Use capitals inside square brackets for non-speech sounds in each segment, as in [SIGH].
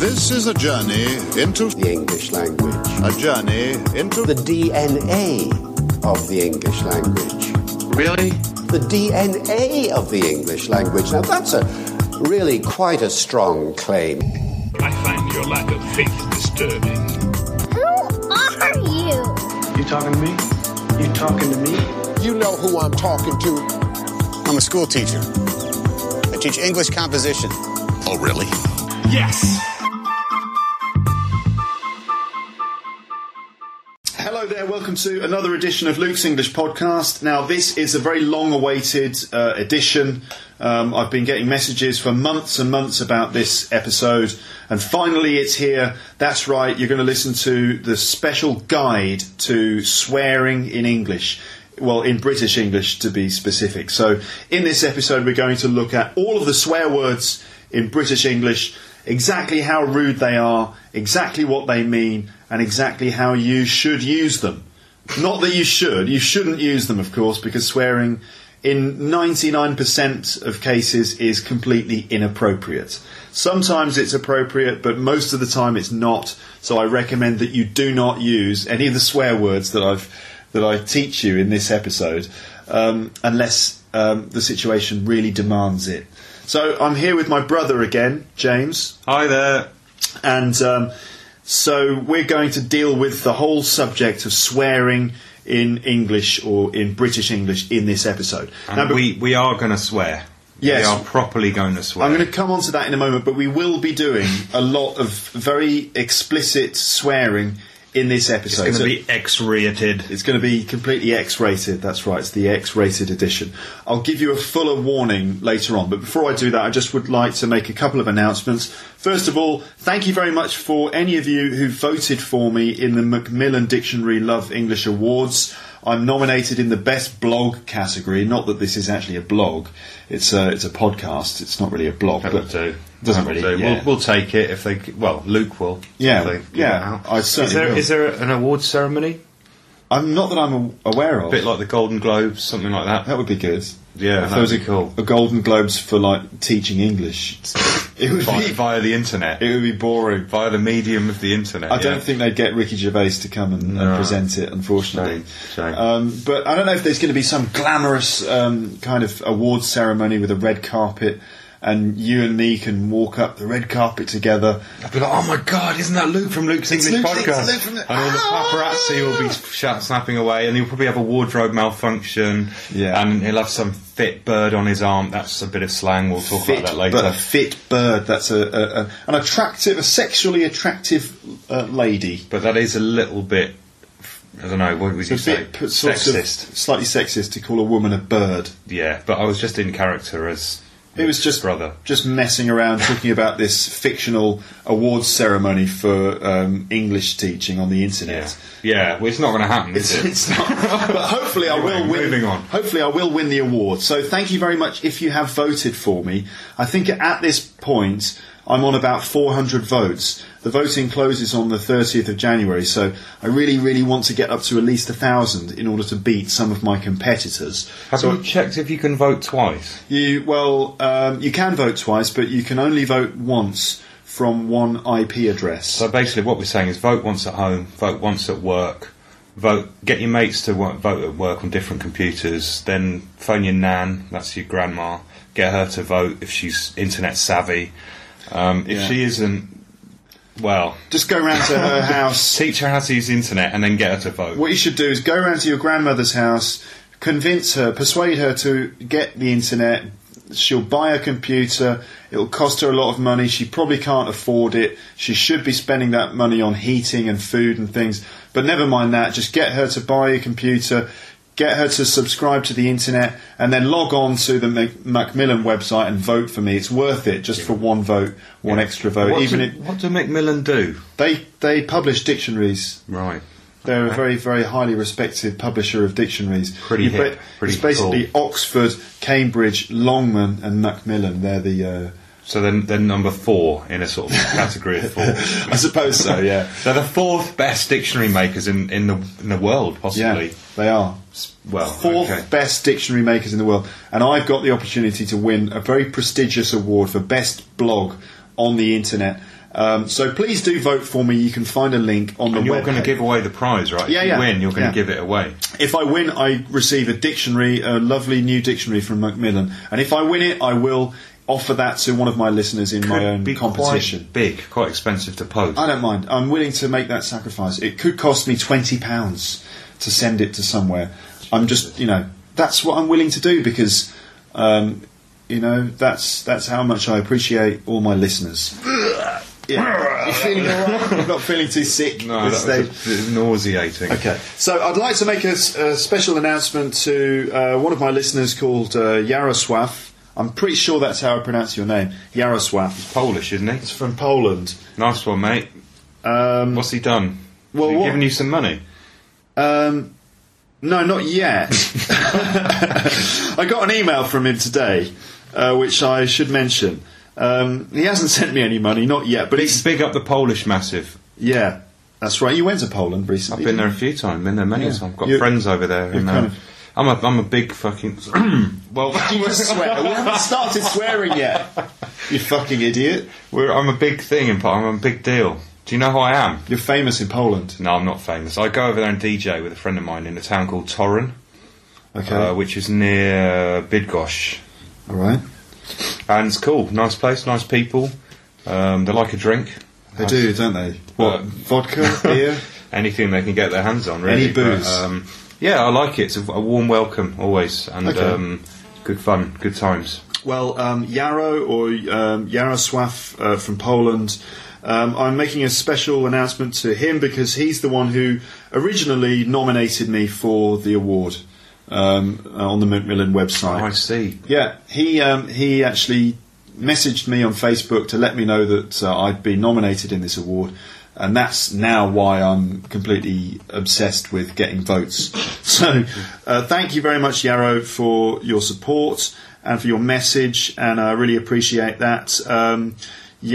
This is a journey into the English language, a journey into the DNA of the English language, really, the DNA of the English language. Now that's a really quite a strong claim. I find your lack of faith disturbing. Who are you? You talking to me? You talking to me? You know who I'm talking to. I'm a school teacher. I teach English composition. Oh, really? Yes! Hello there, welcome to another edition of Luke's English Podcast. Now, this is a very long awaited uh, edition. Um, I've been getting messages for months and months about this episode, and finally it's here. That's right, you're going to listen to the special guide to swearing in English. Well, in British English to be specific. So, in this episode, we're going to look at all of the swear words in British English, exactly how rude they are, exactly what they mean, and exactly how you should use them. Not that you should, you shouldn't use them, of course, because swearing in 99% of cases is completely inappropriate. Sometimes it's appropriate, but most of the time it's not. So I recommend that you do not use any of the swear words that I've that I teach you in this episode, um, unless um, the situation really demands it. So I'm here with my brother again, James. Hi there. And um, so we're going to deal with the whole subject of swearing in English or in British English in this episode. Now, And but- we, we are going to swear. Yes. We are properly going to swear. I'm going to come on to that in a moment, but we will be doing a lot of very explicit swearing in it's this episode. going to So- be X-rated. it's going to be completely X rated. That's right. It's the X rated edition. I'll give you a fuller warning later on. But before I do that, I just would like to make a couple of announcements. First of all, thank you very much for any of you who voted for me in the Macmillan Dictionary Love English Awards. I'm nominated in the best blog category. Not that this is actually a blog. It's a, it's a podcast. It's not really a blog. That'll but do. Doesn't That'll really. do. yeah. We'll, we'll take it if they. Well, Luke will. Yeah, if they give yeah, it out. I is certainly there, will. is there an award ceremony? I'm not that I'm a- aware of. A bit like the Golden Globes, something like that. That would be good. Yeah, if that there was would a, be cool. a Golden Globes for like [LAUGHS] teaching English, it would via, be via the internet. it would be boring. via the medium of the internet. I don't yeah. think they'd get Ricky Gervais to come and, and No. present it, unfortunately. Shame, shame. Um, but I don't know if there's going to be some glamorous um, kind of award ceremony with a red carpet, and you and me can walk up the red carpet together. I'd be like, oh my god, isn't that Luke from Luke's It's English Luke- it's podcast? Luke from the- and all the Ah! paparazzi will be sh- snapping away, and he'll probably have a wardrobe malfunction. Yeah. and he'll have some fit bird on his arm. That's a bit of slang. We'll talk Fit, about that later. but a fit bird. That's a, a, a an attractive, a sexually attractive uh, lady. But that is a little bit. I don't know. What would you It's a say? bit p- sort of Sexist. slightly sexist to call a woman a bird. Yeah, but I was just in character as. It was just brother. just messing around talking about this fictional awards ceremony for um, English teaching on the Yeah, internet. yeah. Well, it's not going to happen, is It's, [LAUGHS] it? [LAUGHS] it's not, but hopefully I will Anyway, win. moving on. Hopefully I will win the award. So thank you very much if you have voted for me. I think at this point I'm on about 400 votes. The voting closes on the 30th of January, so I really, really want to get up to at least a thousand in order to beat some of my competitors. Have So you checked if you can vote twice? You well, um, you can vote twice, but you can only vote once from one IP address. So basically, what we're saying is vote once at home, vote once at work, vote get your mates to work, vote at work on different computers, then phone your nan, that's your grandma, get her to vote if she's internet savvy. Um, if Yeah. she isn't, well, Just go round [LAUGHS] to her house. teach her how to use the internet and then get her to vote. What you should do is go round to your grandmother's house, convince her, persuade her to get the internet. She'll buy a computer. It'll cost her a lot of money. She probably can't afford it. She should be spending that money on heating and food and things. But never mind that. Just get her to buy a computer. get her to subscribe to the internet, and then log on to the Mac- Macmillan website and vote for me. It's worth it just for one vote, one extra vote. What, Even do, if what do Macmillan do? they they publish dictionaries. Right. They're a Okay. very, very highly respected publisher of dictionaries. Pretty You hip, bet- pretty it's basically Oxford, Cambridge, Longman, and Macmillan. They're the. Uh, So then they're number four in a sort of category [LAUGHS] of four. I suppose so. [LAUGHS] Yeah. They're the fourth best dictionary makers in, in the in the world, possibly. Yeah, they are. Well, Fourth okay. best dictionary makers in the world. And I've got the opportunity to win a very prestigious award for best blog on the internet. Um, so please do vote for me. You can find a link on the And you're web going to page. give away the prize, right? Yeah, if you yeah, win, you're going to yeah. give it away. If I win, I receive a dictionary, a lovely new dictionary from Macmillan. And if I win it, I will offer that to one of my listeners in my Could own be competition. Quite big, quite expensive to post. I don't mind. I'm willing to make that sacrifice. It could cost me twenty pounds to send it to somewhere. I'm just, you know, that's what I'm willing to do because, um, you know, that's that's how much I appreciate all my [LAUGHS] listeners. yeah, you [LAUGHS] feeling all right? You're not feeling too sick. no, at that this was stage? a bit nauseating. Okay, so I'd like to make a, s- a special announcement to uh, one of my listeners called uh, Jarosław. I'm pretty sure that's how I pronounce your name, Jarosław. Polish, isn't he? It's from Poland. Nice one, mate. Um, What's he done? Well, Has he what- giving you some money. Um, no, not yet. [LAUGHS] I got an email from him today, uh, which I should mention. Um, he hasn't sent me any money, not yet, but it's. Big up the Polish massive. Yeah, that's right. You went to Poland I've recently. been there a didn't few times. Been there many Yeah. times. I've got You- friends over there, and you've uh, kind of- I'm a I'm a big fucking. [CLEARS THROAT] well, [LAUGHS] you? You were swear. We haven't started swearing yet. [LAUGHS] You fucking idiot. [LAUGHS] we're, I'm a big thing in part. I'm a big deal. Do you know who I am? You're famous in Poland. No, I'm not famous. I go over there and DJ with a friend of mine in a town called Torren, Okay. uh, which is near Bidgosh, All right. and it's cool. Nice place, nice people. Um, they like a drink. They do, don't they? What? [LAUGHS] Vodka, beer. anything they can get their hands on, really. Any booze. But, um, yeah, I like it. It's a, a warm welcome always, and Okay. um, good fun, good times. Well, um, Yarrow or um, Yarosław uh, from Poland, um, I'm making a special announcement to him because he's the one who originally nominated me for the award um, on the Macmillan website. I see. Yeah, he um, he actually messaged me on Facebook to let me know that uh, I'd been nominated in this award, and that's now why I'm completely obsessed with getting votes. [LAUGHS] so, uh, thank you very much, Yarrow, for your support and for your message, and I really appreciate that. Um,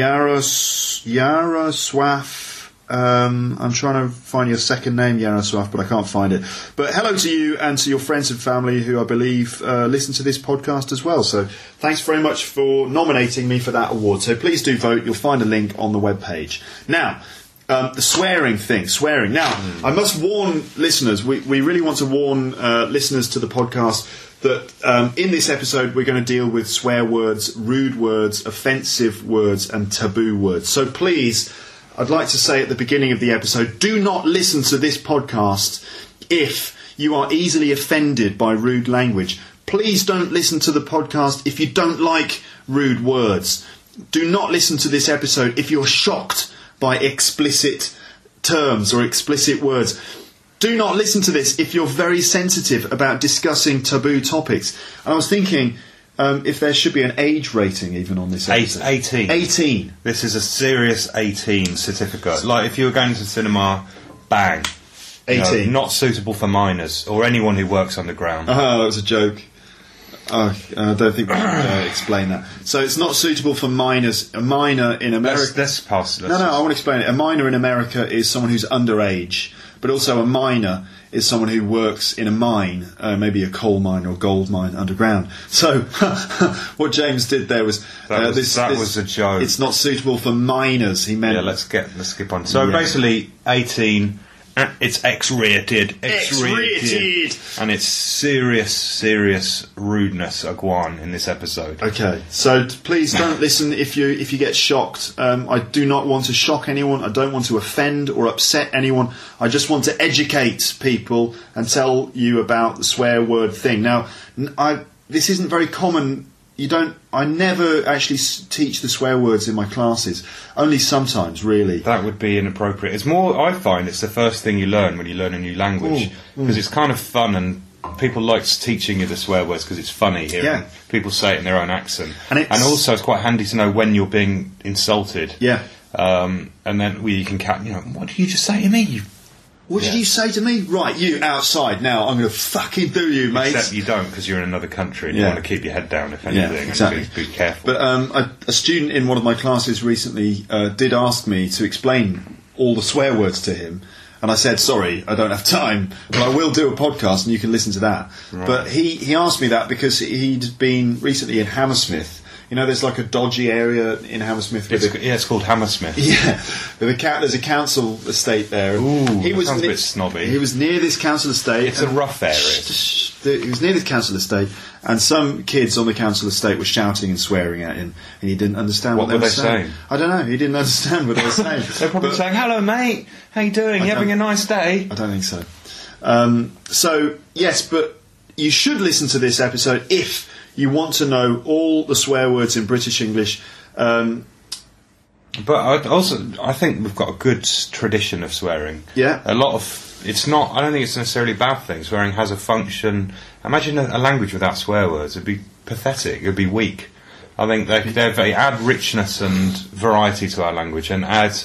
Yaros Yarosław. Um, I'm trying to find your second name, Yarosław, but I can't find it. But hello to you and to your friends and family who I believe uh, listen to this podcast as well. So thanks very much for nominating me for that award. So please do vote. You'll find a link on the webpage. Now, um, the swearing thing, swearing. Now, I must warn listeners, we, we really want to warn uh, listeners to the podcast that um, in this episode we're going to deal with swear words, rude words, offensive words, and taboo words. So please, I'd like to say at the beginning of the episode do not listen to this podcast if you are easily offended by rude language. Please don't listen to the podcast if you don't like rude words. Do not listen to this episode if you're shocked by explicit terms or explicit words. Do not listen to this if you're very sensitive about discussing taboo topics. And I was thinking um, if there should be an age rating even on this Eight, episode. 18. 18. This is a serious 18 certificate. Like, if you were going to the cinema, bang. You know, 18. not suitable for minors or anyone who works underground. Oh, that was a joke. Oh, I don't think we should uh, explain that. So it's not suitable for minors. A minor in America. Let's, let's pass this. No, no, I want to explain it. A minor in America is someone who's underage, but also a miner is someone who works in a mine, uh, maybe a coal mine or gold mine underground. So [LAUGHS] what James did there was, That uh, was- this, that this- was a joke. It's not suitable for minors. He meant Yeah, let's get let's skip on. So Yeah. basically, 18. uh, It's X-rated, X-rated, X-rated. and it's serious, serious rudeness, Aguan, in this episode. Okay, so t- please [LAUGHS] don't listen if you if you get shocked. Um, I do not want to shock anyone. I don't want to offend or upset anyone. I just want to educate people and tell you about the swear word thing. Now, n- I this isn't very common. You don't. I never actually s- teach the swear words in my classes. Only sometimes, really. That would be Mm, inappropriate. It's more, I find, it's the first thing you learn when you learn a new language because it's kind of fun and art. People like teaching you the swear words because it's funny hearing Yeah. people say it in their own accent. And it's- also, it's quite handy to know when you're being insulted. Yeah. Um, and then we you can catch, you know, what did you just say to me? You What did Yeah. you say to me? Right, you outside now. I'm going to fucking do you, mate. Except you don't because you're in another country and Yeah. you want to keep your head down if Yeah, anything. and exactly. Be, be careful. But um, a, a student in one of my classes recently uh, did ask me to explain all the swear words to him. And I said, sorry, I don't have time, but I will do a podcast and you can listen to that. But he, he asked me that because he'd been recently in Hammersmith. You know, there's like a dodgy area in Hammersmith. where it's, the- yeah, it's called Hammersmith. yeah, but the ca- there's a council estate there. and Ooh, that sounds a bit snobby. He was near this council estate. It's a and- rough area. Shh, shh, the- He was near this council estate, and some kids on the council estate were shouting and swearing at him, and he didn't understand what, What were they were saying. saying? I don't know. He didn't understand what they were saying. [LAUGHS] They're probably But- saying, "Hello, mate. How you doing? I you having a don't- nice day?" I don't think so. Um, so yes, but you should listen to this episode if you want to know all the swear words in British English. Um, But I also, I think we've got a good s- tradition of swearing. Yeah. A lot of it's not. I don't think it's necessarily a bad thing. Swearing has a function. Imagine a, a language without swear words. It'd be pathetic. It'd be weak. I think they they they add richness and variety to our language and add,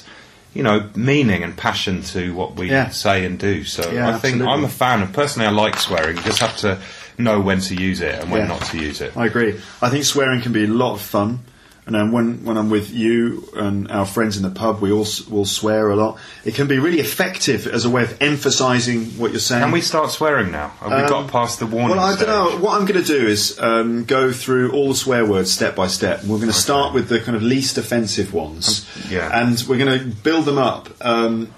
you know, meaning and passion to what we Yeah. say and do. So Yeah, I think I'm absolutely. a fan of personally. I like swearing. You just have to know when to use it and when Yeah. not to use it. I agree. I think swearing can be a lot of fun. And um, when, when I'm with you and our friends in the pub, we all s- will swear a lot. It can be really effective as a way of emphasising what you're saying. Can we start swearing now? Have we got past the warning? Um, Well, I stage? don't know. What I'm going to do is um, go through all the swear words step by step. And we're going to start with the kind of least offensive ones. Um, yeah. And we're going to build them up. Um,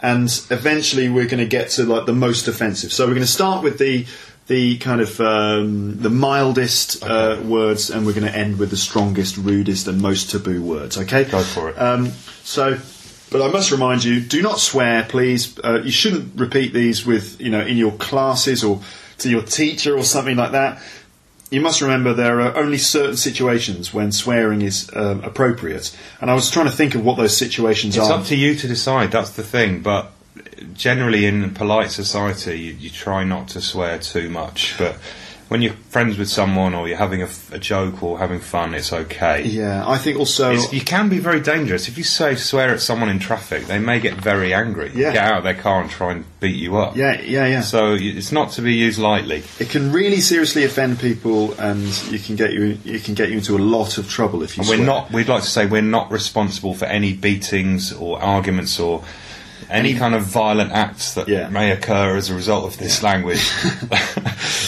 and eventually we're going to get to like the most offensive. So we're going to start with the the kind of um, the mildest uh, words, and we're going to end with the strongest, rudest, and most taboo words. Okay, Go for it. Um, so, but I must remind you: do not swear, please. Uh, you shouldn't repeat these with you know in your classes or to your teacher or something like that. You must remember there are only certain situations when swearing is um, appropriate, and I was trying to think of what those situations It's are. up to you to decide. That's the thing. But generally, in polite society, you, you try not to swear too much. But when you're friends with someone, or you're having a, f- a joke, or having fun, it's okay. Yeah, I think also It's, you can be very dangerous if you say swear at someone in traffic. They may get very angry, Yeah. get out of their car, and try and beat you up. Yeah, yeah, yeah. So y- it's not to be used lightly. it can really seriously offend people, and you can get you you can get you into a lot of trouble if you. And we're swear. not. We'd like to say we're not responsible for any beatings or arguments or any, kind of violent acts that Yeah. may occur as a result of this [LAUGHS] language.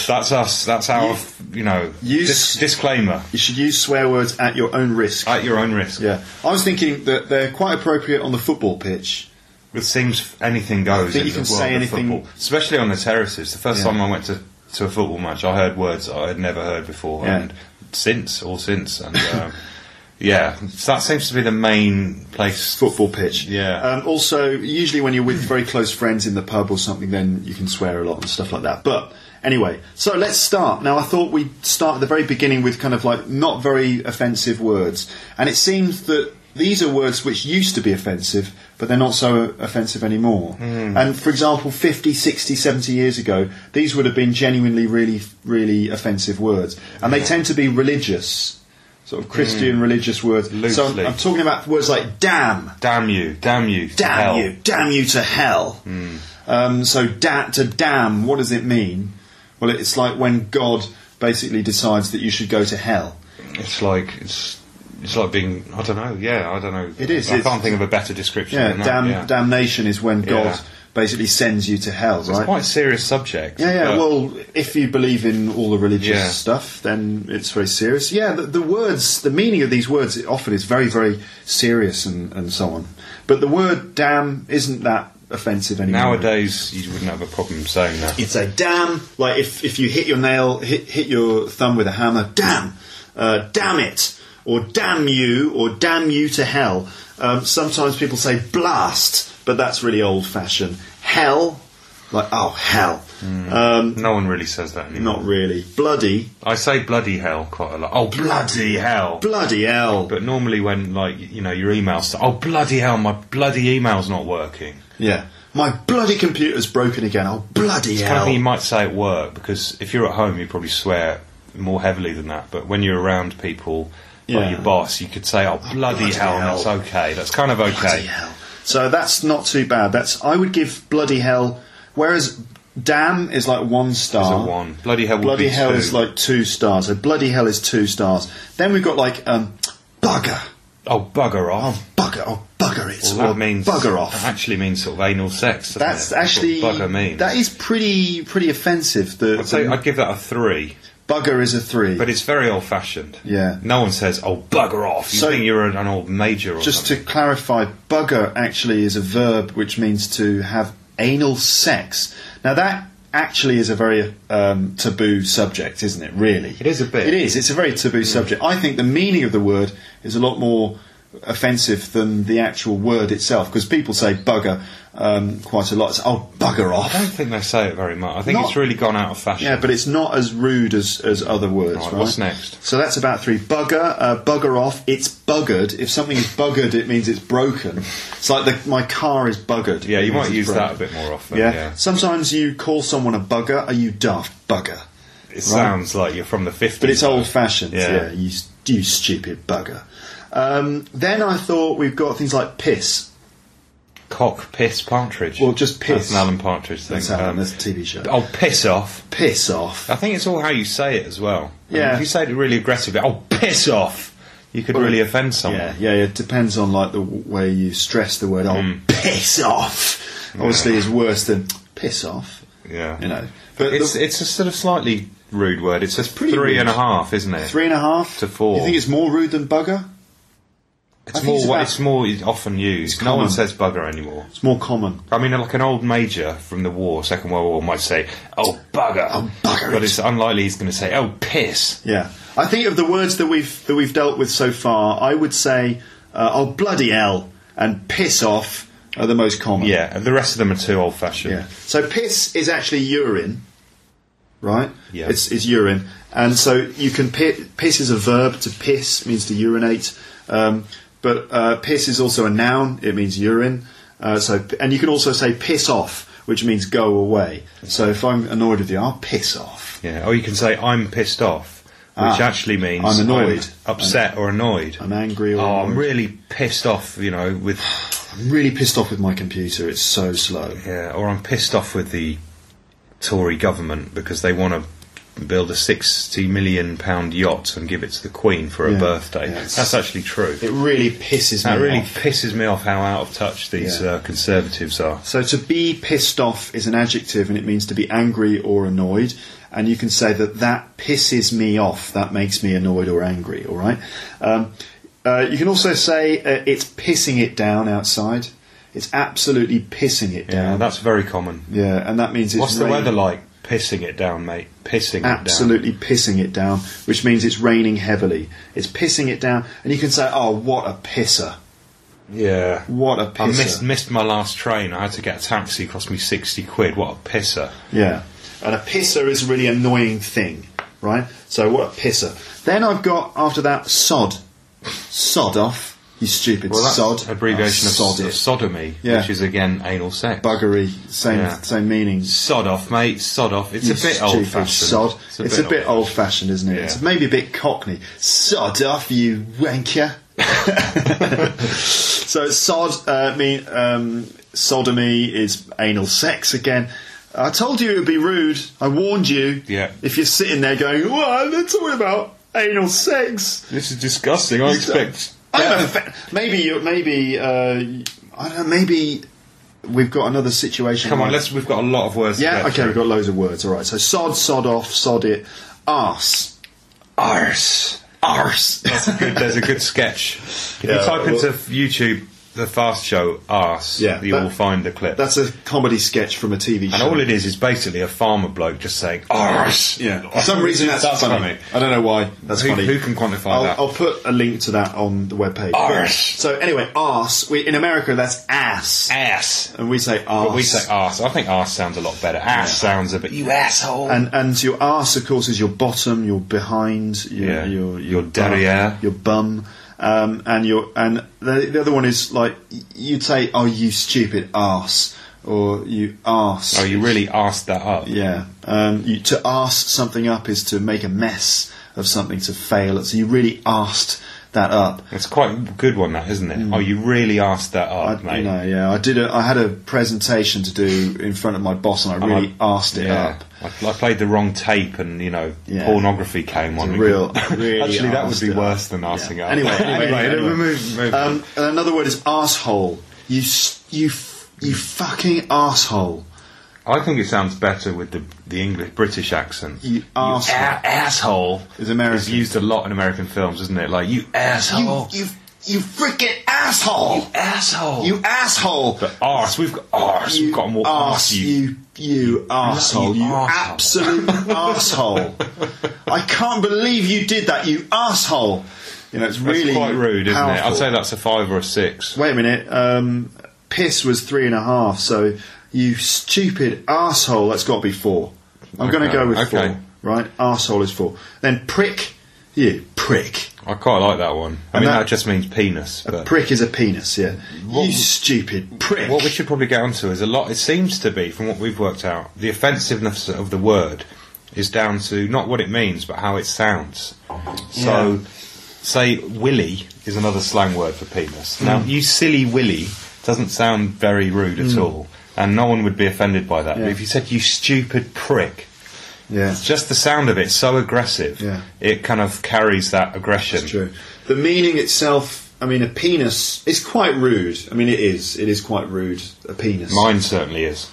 that's us. That's our. You, know. You dis- s- disclaimer You should use swear words at your own risk. at your own risk. yeah, I was thinking that they're quite appropriate on the football pitch. It seems f- anything goes. I think in you the can world say of anything- football, especially on the terraces. The first Yeah. time I went to, to a football match, I heard words I had never heard before, Yeah. and since, all since, and um, [LAUGHS] yeah, so that seems to be the main place. Football pitch. Yeah. Um, also, usually when you're with very close friends in the pub or something, then you can swear a lot and stuff like that. But anyway, so let's start. Now, I thought we'd start at the very beginning with kind of like not very offensive words. And it seems that these are words which used to be offensive, but they're not so offensive anymore. Hmm. And for example, 50, 60, 70 years ago, these would have been genuinely really, really offensive words. And they tend to be religious. Sort of Christian religious words. So I'm, Hmm. Loosely. I'm talking about words like "damn," Damn you! Damn you! to damn hell. you, damn you to hell. Um, so da- to damn, what does it mean? Well, it's like when God basically decides that you should go to hell. It's like it's it's like being I don't know. Yeah, I don't know. It is, I it's- can't think of a better description. Yeah, than that, damn, yeah. damnation is when God Yeah. basically sends you to hell, It's right? quite a serious subject. yeah, yeah. but Well, if you believe in all the religious Yeah. stuff, then it's very serious. Yeah, the, the words, the meaning of these words often is very, very serious and, and so on. But the word damn isn't that offensive anymore. nowadays you wouldn't have a problem saying that. You'd say, damn, like if, if you hit your nail, hit, hit your thumb with a hammer, damn, uh, damn it, or damn you, or damn you to hell. Um, sometimes people say blast, but that's really old fashioned. Hell, like, oh, hell. Hmm. Um, No one really says that anymore. not really. Bloody, I say bloody hell quite a lot. Oh bloody hell! bloody hell. But normally when like you know your emails, oh bloody hell, my bloody email's not working. Yeah. my bloody computer's broken again. Oh, bloody It's hell. kind of thing you might say at work because if you're at home, you probably swear more heavily than that. But when you're around people, Yeah. like your boss, you could say, "Oh, bloody, bloody hell, and hell. that's okay. That's kind of Bloody okay." hell. So that's not too bad. That's I would give bloody hell. Whereas damn is like one star. Is a one. Bloody hell would Bloody be hell two. is like two stars. So bloody hell is two stars. Then we've got like um, bugger. Oh, bugger Oh off. bugger. Oh bugger it. Well, that Or means bugger off. That actually means sort of anal sex. doesn't That's it? what actually bugger means. that is pretty pretty offensive. The, I'd say the- I'd give that a three, bugger is a three. but it's very old-fashioned. Yeah. No one says, "Oh, bugger off." You So- think you're an, an old major or Just to something. clarify, bugger actually is a verb which means to have anal sex. Now that actually is a very um, taboo subject, isn't it? Really, It is a bit. Mm. It is. It's a very taboo subject. I think the meaning of the word is a lot more offensive than the actual word itself because people say bugger um, quite a lot. It's, oh, bugger off. I don't think they say it very much. I think Not- it's really gone out of fashion. Yeah, but it's not as rude as, as other words, right? Right, what's next? So that's about three. Bugger, uh, bugger off. It's buggered. If something is buggered, it means it's broken. It's like the, my car is buggered. Yeah, you It means might it's use that broken. a bit more often, yeah. Sometimes you call someone a bugger. Are you daft bugger? It sounds like you're from the 50s. But it's old fashioned. Yeah. Yeah. you, s- you stupid bugger. Um, then I thought we've got things like piss. Cock, piss, partridge. Well, just That's piss. an Alan Partridge thing. That's Alan, that's a TV show. Oh, piss off. Piss off. I think it's all how you say it as well. I Yeah. mean, if you say it really aggressively, oh, piss off, you could Well, really offend someone. Yeah, yeah, it depends on like the w- way you stress the word. Oh, Mm. piss off! Obviously, is worse than piss off. Yeah. you know, But it's, the- it's a sort of slightly rude word. It's, a pretty three rude. and a half, isn't it? three and a half to four. You think it's more rude than bugger? I it's think more, it's it's, about- more often used. It's no one common. says bugger anymore. It's more common. I mean, like an old major from the war, Second World War, might say, "Oh bugger,", Oh, bugger but it. it's unlikely he's going to say, "Oh piss." Yeah, I think of the words that we've that we've dealt with so far. I would say, uh, oh bloody hell, and piss off are the most common. Yeah, and the rest of them are too old fashioned. Yeah. So piss is actually urine, right? Yeah. It's, it's urine, and so you can pi- piss is a verb. To piss means to urinate, um, but uh, piss is also a noun. It means urine. Uh, so and you can also say piss off, which means go away. So if I'm annoyed with you, I'll piss off. Yeah, Or you can say, "I'm pissed off," which Ah, actually means I'm annoyed. upset, or annoyed. I'm angry or oh, I'm annoyed. really pissed off. You know, with I'm really pissed off with my computer. It's so slow. yeah, or I'm pissed off with the Tory government because they want to build a sixty million pound yacht and give it to the Queen for her Yeah, birthday. yeah, it's- That's actually true. It really pisses That me really off. pisses me off how out of touch these Yeah. uh, conservatives are. So to be pissed off is an adjective and it means to be angry or annoyed. And you can say that that pisses me off, that makes me annoyed or angry, all right? Um, uh, you can also say uh, it's pissing it down outside. It's absolutely pissing it Yeah, down. that's very common. yeah, and that means it's What's the rain- weather like? Pissing it down, mate. Pissing it Absolutely pissing it down, which means it's raining heavily. It's pissing it down, and you can say, "Oh, what a pisser! down. Yeah. What a pisser!" I missed, missed my last train. I had to get a taxi. Cost me sixty quid. What a pisser! Yeah. And a pisser is a really annoying thing, right? So what a pisser. Then I've got after that sod. Sod off, you stupid sod. abbreviation Oh, of, sod of it. sodomy, Yeah. which is again anal sex. Buggery, same Yeah. same meaning. Sod off, mate. Sod off. It's You a bit stupid old fashioned. Sod. It's a bit, old fashioned, isn't it? Yeah. It's maybe a bit cockney. Sod off, you [LAUGHS] wanker. so sod uh, mean um, sodomy is anal sex again. I told you it would be rude. I warned you. Yeah. If you're sitting there going, "What? They're talking about anal sex." This is disgusting. I uh, expect. I'm a maybe you. Maybe uh, I don't know. Maybe we've got another situation. Come on, where- let's. We've got a lot of words. yeah, To get okay, through. we've got loads of words. All right, so sod, sod off, sod it, arse. Arse. Arse. That's a good, there's a [LAUGHS] good sketch. If Yeah, you type into well- YouTube the fast show arse, Yeah, you that- will find the clip. That's a comedy sketch from a TV show. and all it is is basically a farmer bloke just saying arse. Yeah. For some reason, that's, funny. I don't know why. That's Who- funny. who can quantify I'll, that? I'll put a link to that on the webpage. Arse. So, anyway, arse. We, in America, that's ass. Ass. And we say arse. But we say arse. I think arse sounds a lot better. Ass sounds a bit. You asshole. And and your arse, of course, is your bottom, your behind, your Yeah. your, Your bum, derriere. your bum, um, and your and the, the other one is like y- you'd say, "Oh, you stupid arse," or you arse. Oh, you really asked that up. Yeah. Um, you, to arse something up is to make a mess of something, to fail it. So you really asked that up. It's quite a good one, that isn't it? Oh, you really asked that up, Mm. I, mate. You know, yeah. I did. A, I had a presentation to do in front of my boss, and I And I- really asked it yeah. up. I, I played the wrong tape, and you know, Yeah. pornography came It's on. [LAUGHS] a real- really Actually, that would arsed be it worse up. than asking Yeah. up. Anyway, [LAUGHS] [LAUGHS] anyway, anyway. move, move. Um, and another word is asshole. You s- you f- Hmm. you fucking asshole. I think it sounds better with the the English British accent. You arsehole. a- asshole Is American. is used a lot in American films, isn't it? Like you asshole, You you you freaking asshole. You asshole, You asshole. But arse, we've got arse, You we've got more arse. You, you, you arsehole. You, You arsehole. absolute [LAUGHS] arsehole. I can't believe you did that, you arsehole. You know, it's that's really quite rude, isn't it? I'd powerful. say that's a five or a six. Wait a minute. Um, piss was three and a half, so you stupid arsehole, that's got to be four. I'm going to Okay, go with okay. four. Right? Arsehole is four. Then prick, you prick. I quite like that one. I And mean, that- that, just means penis. But Prick is a penis, yeah. What- you stupid prick. What we should probably get onto is a lot. It seems to be, from what we've worked out, the offensiveness of the word is down to not what it means, but how it sounds. So, say "willy" is another slang word for penis. Mm. Now, you silly willy doesn't sound very rude at all, and no one would be offended by that. Mm. Yeah. But if you said "you stupid prick," yeah. it's just the sound of it so aggressive, Yeah. it kind of carries that aggression. That's true. The meaning itself, I mean, a penis is quite rude. I mean, it is. It is quite rude. A penis. Mine certainly is.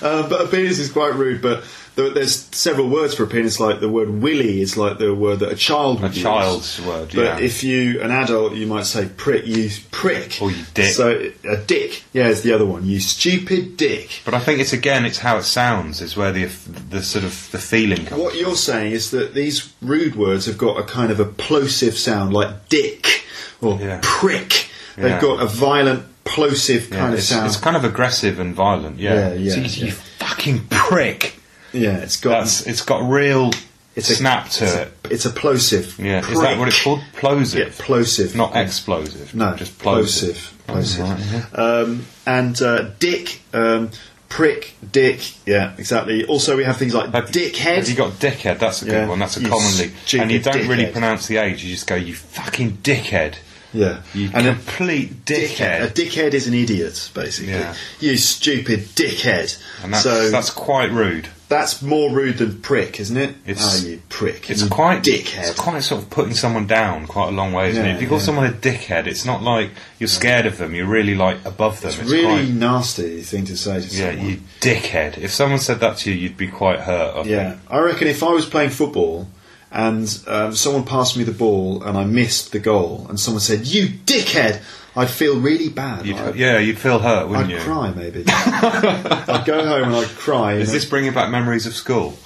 Uh, but a penis is quite rude. But there, there's several words for a penis. Like the word willy is like the word that a child would A use. child's word, But yeah. if you an adult, you might say prick. You prick. Or Oh, you dick. So a dick. Yeah, is the other one. You stupid dick. But I think it's again, it's how it sounds is where the the sort of the feeling comes. What you're saying is that these rude words have got a kind of a plosive sound, like dick or Yeah. prick. They've Yeah. got a violent, plosive Yeah, kind of it's, sound. it's kind of aggressive and violent. Yeah, Yeah, yeah, So you, yeah. you fucking prick. yeah, it's got That's it's got real it's snap to it's a- it. It's a plosive. Yeah, is that what it's prick. called? Plosive. Yeah, plosive. Not explosive. No, just plosive. plosive. Plosive. um, and uh, dick, um, prick, dick. Yeah, exactly. Also, we have things like Have- dickhead. Have you got dickhead? That's a good Yeah. one. That's a You commonly, and you stupid don't really dickhead. pronounce the age. You just go, you fucking dickhead. yeah, You and a complete dickhead. A dickhead. dickhead is an idiot, basically. Yeah. You stupid dickhead. And that's, so that's quite rude. that's more rude than prick, isn't it? It's- ah, you prick. It's you quite dickhead. It's quite sort of putting someone down quite a long way, isn't Yeah, it? If you call yeah. someone a dickhead, it's not like you're scared of them. You're really like above them. It's really quite, nasty thing to say to yeah, someone. you dickhead. If someone said that to you, you'd be quite hurt. I Yeah, think. I reckon if I was playing football and um, someone passed me the ball and I missed the goal and someone said, "You dickhead," I'd feel really bad. You'd, I'd, yeah, you'd feel hurt, wouldn't I'd you? cry [LAUGHS] maybe. I'd go home and I'd cry. Is you know. this bringing back memories of [LAUGHS] school?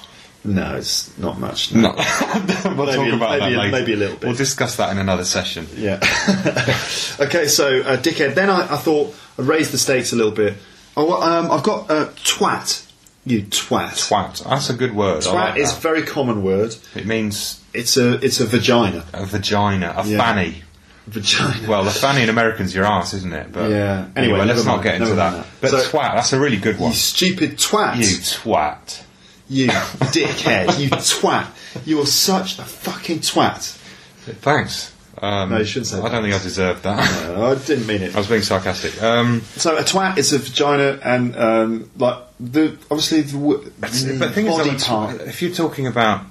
No, it's not much. [LAUGHS] No, we'll Maybe- talk about maybe that a- later. maybe a little bit. We'll discuss that in another session. Yeah. [LAUGHS] okay, so uh, dickhead. Then I, I thought I'd raise the stakes a little bit. Oh, well, um, I've got uh, twat. You twat. Twat. That's a good word. I Twat like is a that. very common word. It means It's a it's a vagina. a vagina, a Yeah. fanny. Vagina. Well, the fanny in American's your ass, isn't it? But Yeah. Anyway, Anyway, never let's not mind, get into never that. mind But that. So- twat. That's a really good one. you stupid twat. You twat. You dickhead. You twat. You're such a fucking twat. Thanks. Um, No, you shouldn't say I don't think I deserve that. No, I didn't mean [LAUGHS] it. I was being sarcastic. Um, So a twat is a vagina, and um, like the obviously the, w- but the the thing Mm, body is, part. like, if you're talking about,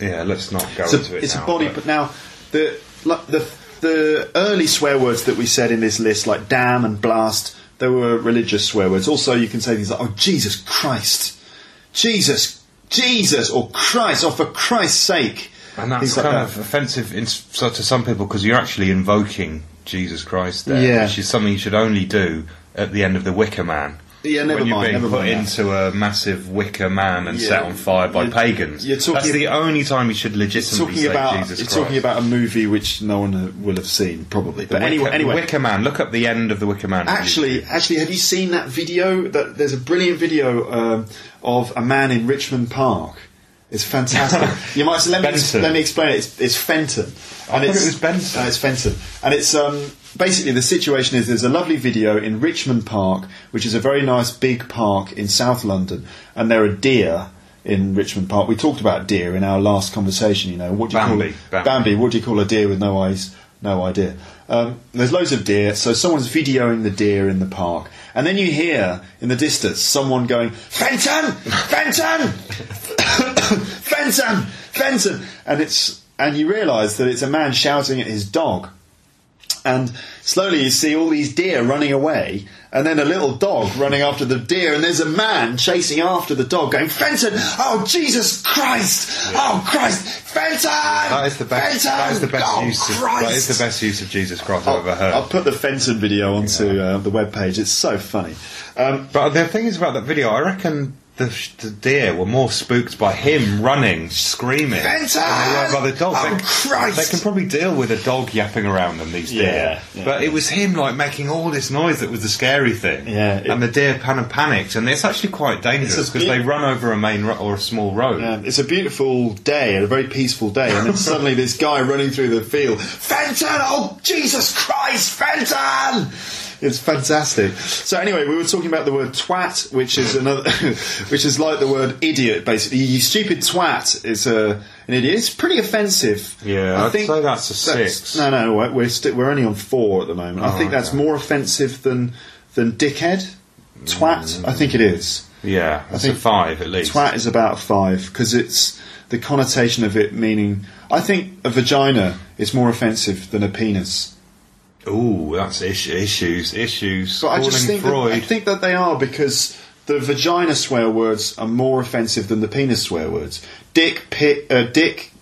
yeah, let's not go It's into a, it. it's now, a body, but now the like, the the early swear words that we said in this list, like damn and blast, they were religious swear words. Also, you can say things like, "Oh Jesus Christ, Jesus, Jesus," or "Christ," or "For Christ's sake." and that's Things like kind that. of offensive in, s- so to some people because you're actually invoking Jesus Christ there, Yeah. which is something you should only do at the end of the Wicker Man. Yeah, never when you're mind, being never put mind that. into a massive wicker man and Yeah. set on fire by You're- pagans. you're talking- That's the only time you should legitimately talking say about Jesus it's Christ. talking about a movie which no one uh, will have seen probably. But Wicker, anyway, anyway, Wicker Man. Look up the end of the Wicker Man. on actually, YouTube. actually, have you seen that video? That there's a brilliant video um, of a man in Richmond Park [LAUGHS] It's fantastic. you might so let me Benson. let me explain it. It's, it's Fenton, I thought it was Benson. uh, it's Fenton, and it's um, basically the situation is there's a lovely video in Richmond Park, which is a very nice big park in South London, and there are deer in Richmond Park. We talked about deer in our last conversation. You know what do you Bambi, call Bambi. Bambi? What do you call a deer with no eyes? No idea. Um, there's loads of deer, so someone's videoing the deer in the park, and then you hear in the distance someone going, "Fenton, Fenton, [COUGHS] Fenton, Fenton," and it's and you realise that it's a man shouting at his dog. And slowly you see all these deer running away, and then a little dog running after the deer, and there's a man chasing after the dog, going, Fenton! Oh, Jesus Christ! Oh, Christ! Fenton! That is the best. Fenton! That is the best oh, use. Of, Christ! that is the best use of Jesus Christ I've I'll, ever heard. I'll put the Fenton video onto uh, the webpage. It's so funny. Um, But the thing is about that video, I reckon the, sh- the deer were more spooked by him running, screaming, Fenton! than they were by the dog. Oh, they, Christ! they can probably deal with a dog yapping around them these Yeah, deer. yeah. but it was him like making all this noise that was the scary thing. Yeah, it- and the deer kind of panicked, and it's actually quite dangerous It's a because they bit- run over a main ro- or a small road. um, it's a beautiful day, a very peaceful [LAUGHS] day, and then suddenly this guy running through the field, Fenton! Oh, Jesus Christ, Fenton! It's fantastic. So anyway, we were talking about the word twat, which is another, [LAUGHS] which is like the word idiot. Basically, you stupid twat is a an idiot. It's pretty offensive. Yeah, I'd say that's a six. No, no, we're we're, sti we we're only on four at the moment. I Oh, think that's okay. more offensive than than dickhead, twat. Mm. I think it is. Yeah, I that's think a five at least. Twat is about a five because it's the connotation of it meaning. I think a vagina is more offensive than a penis. Ooh, that's ish- issues, issues. But I Calling just think that, Freud. I think that they are because the vagina swear words are more offensive than the penis swear words. Dick, pi- uh, dick,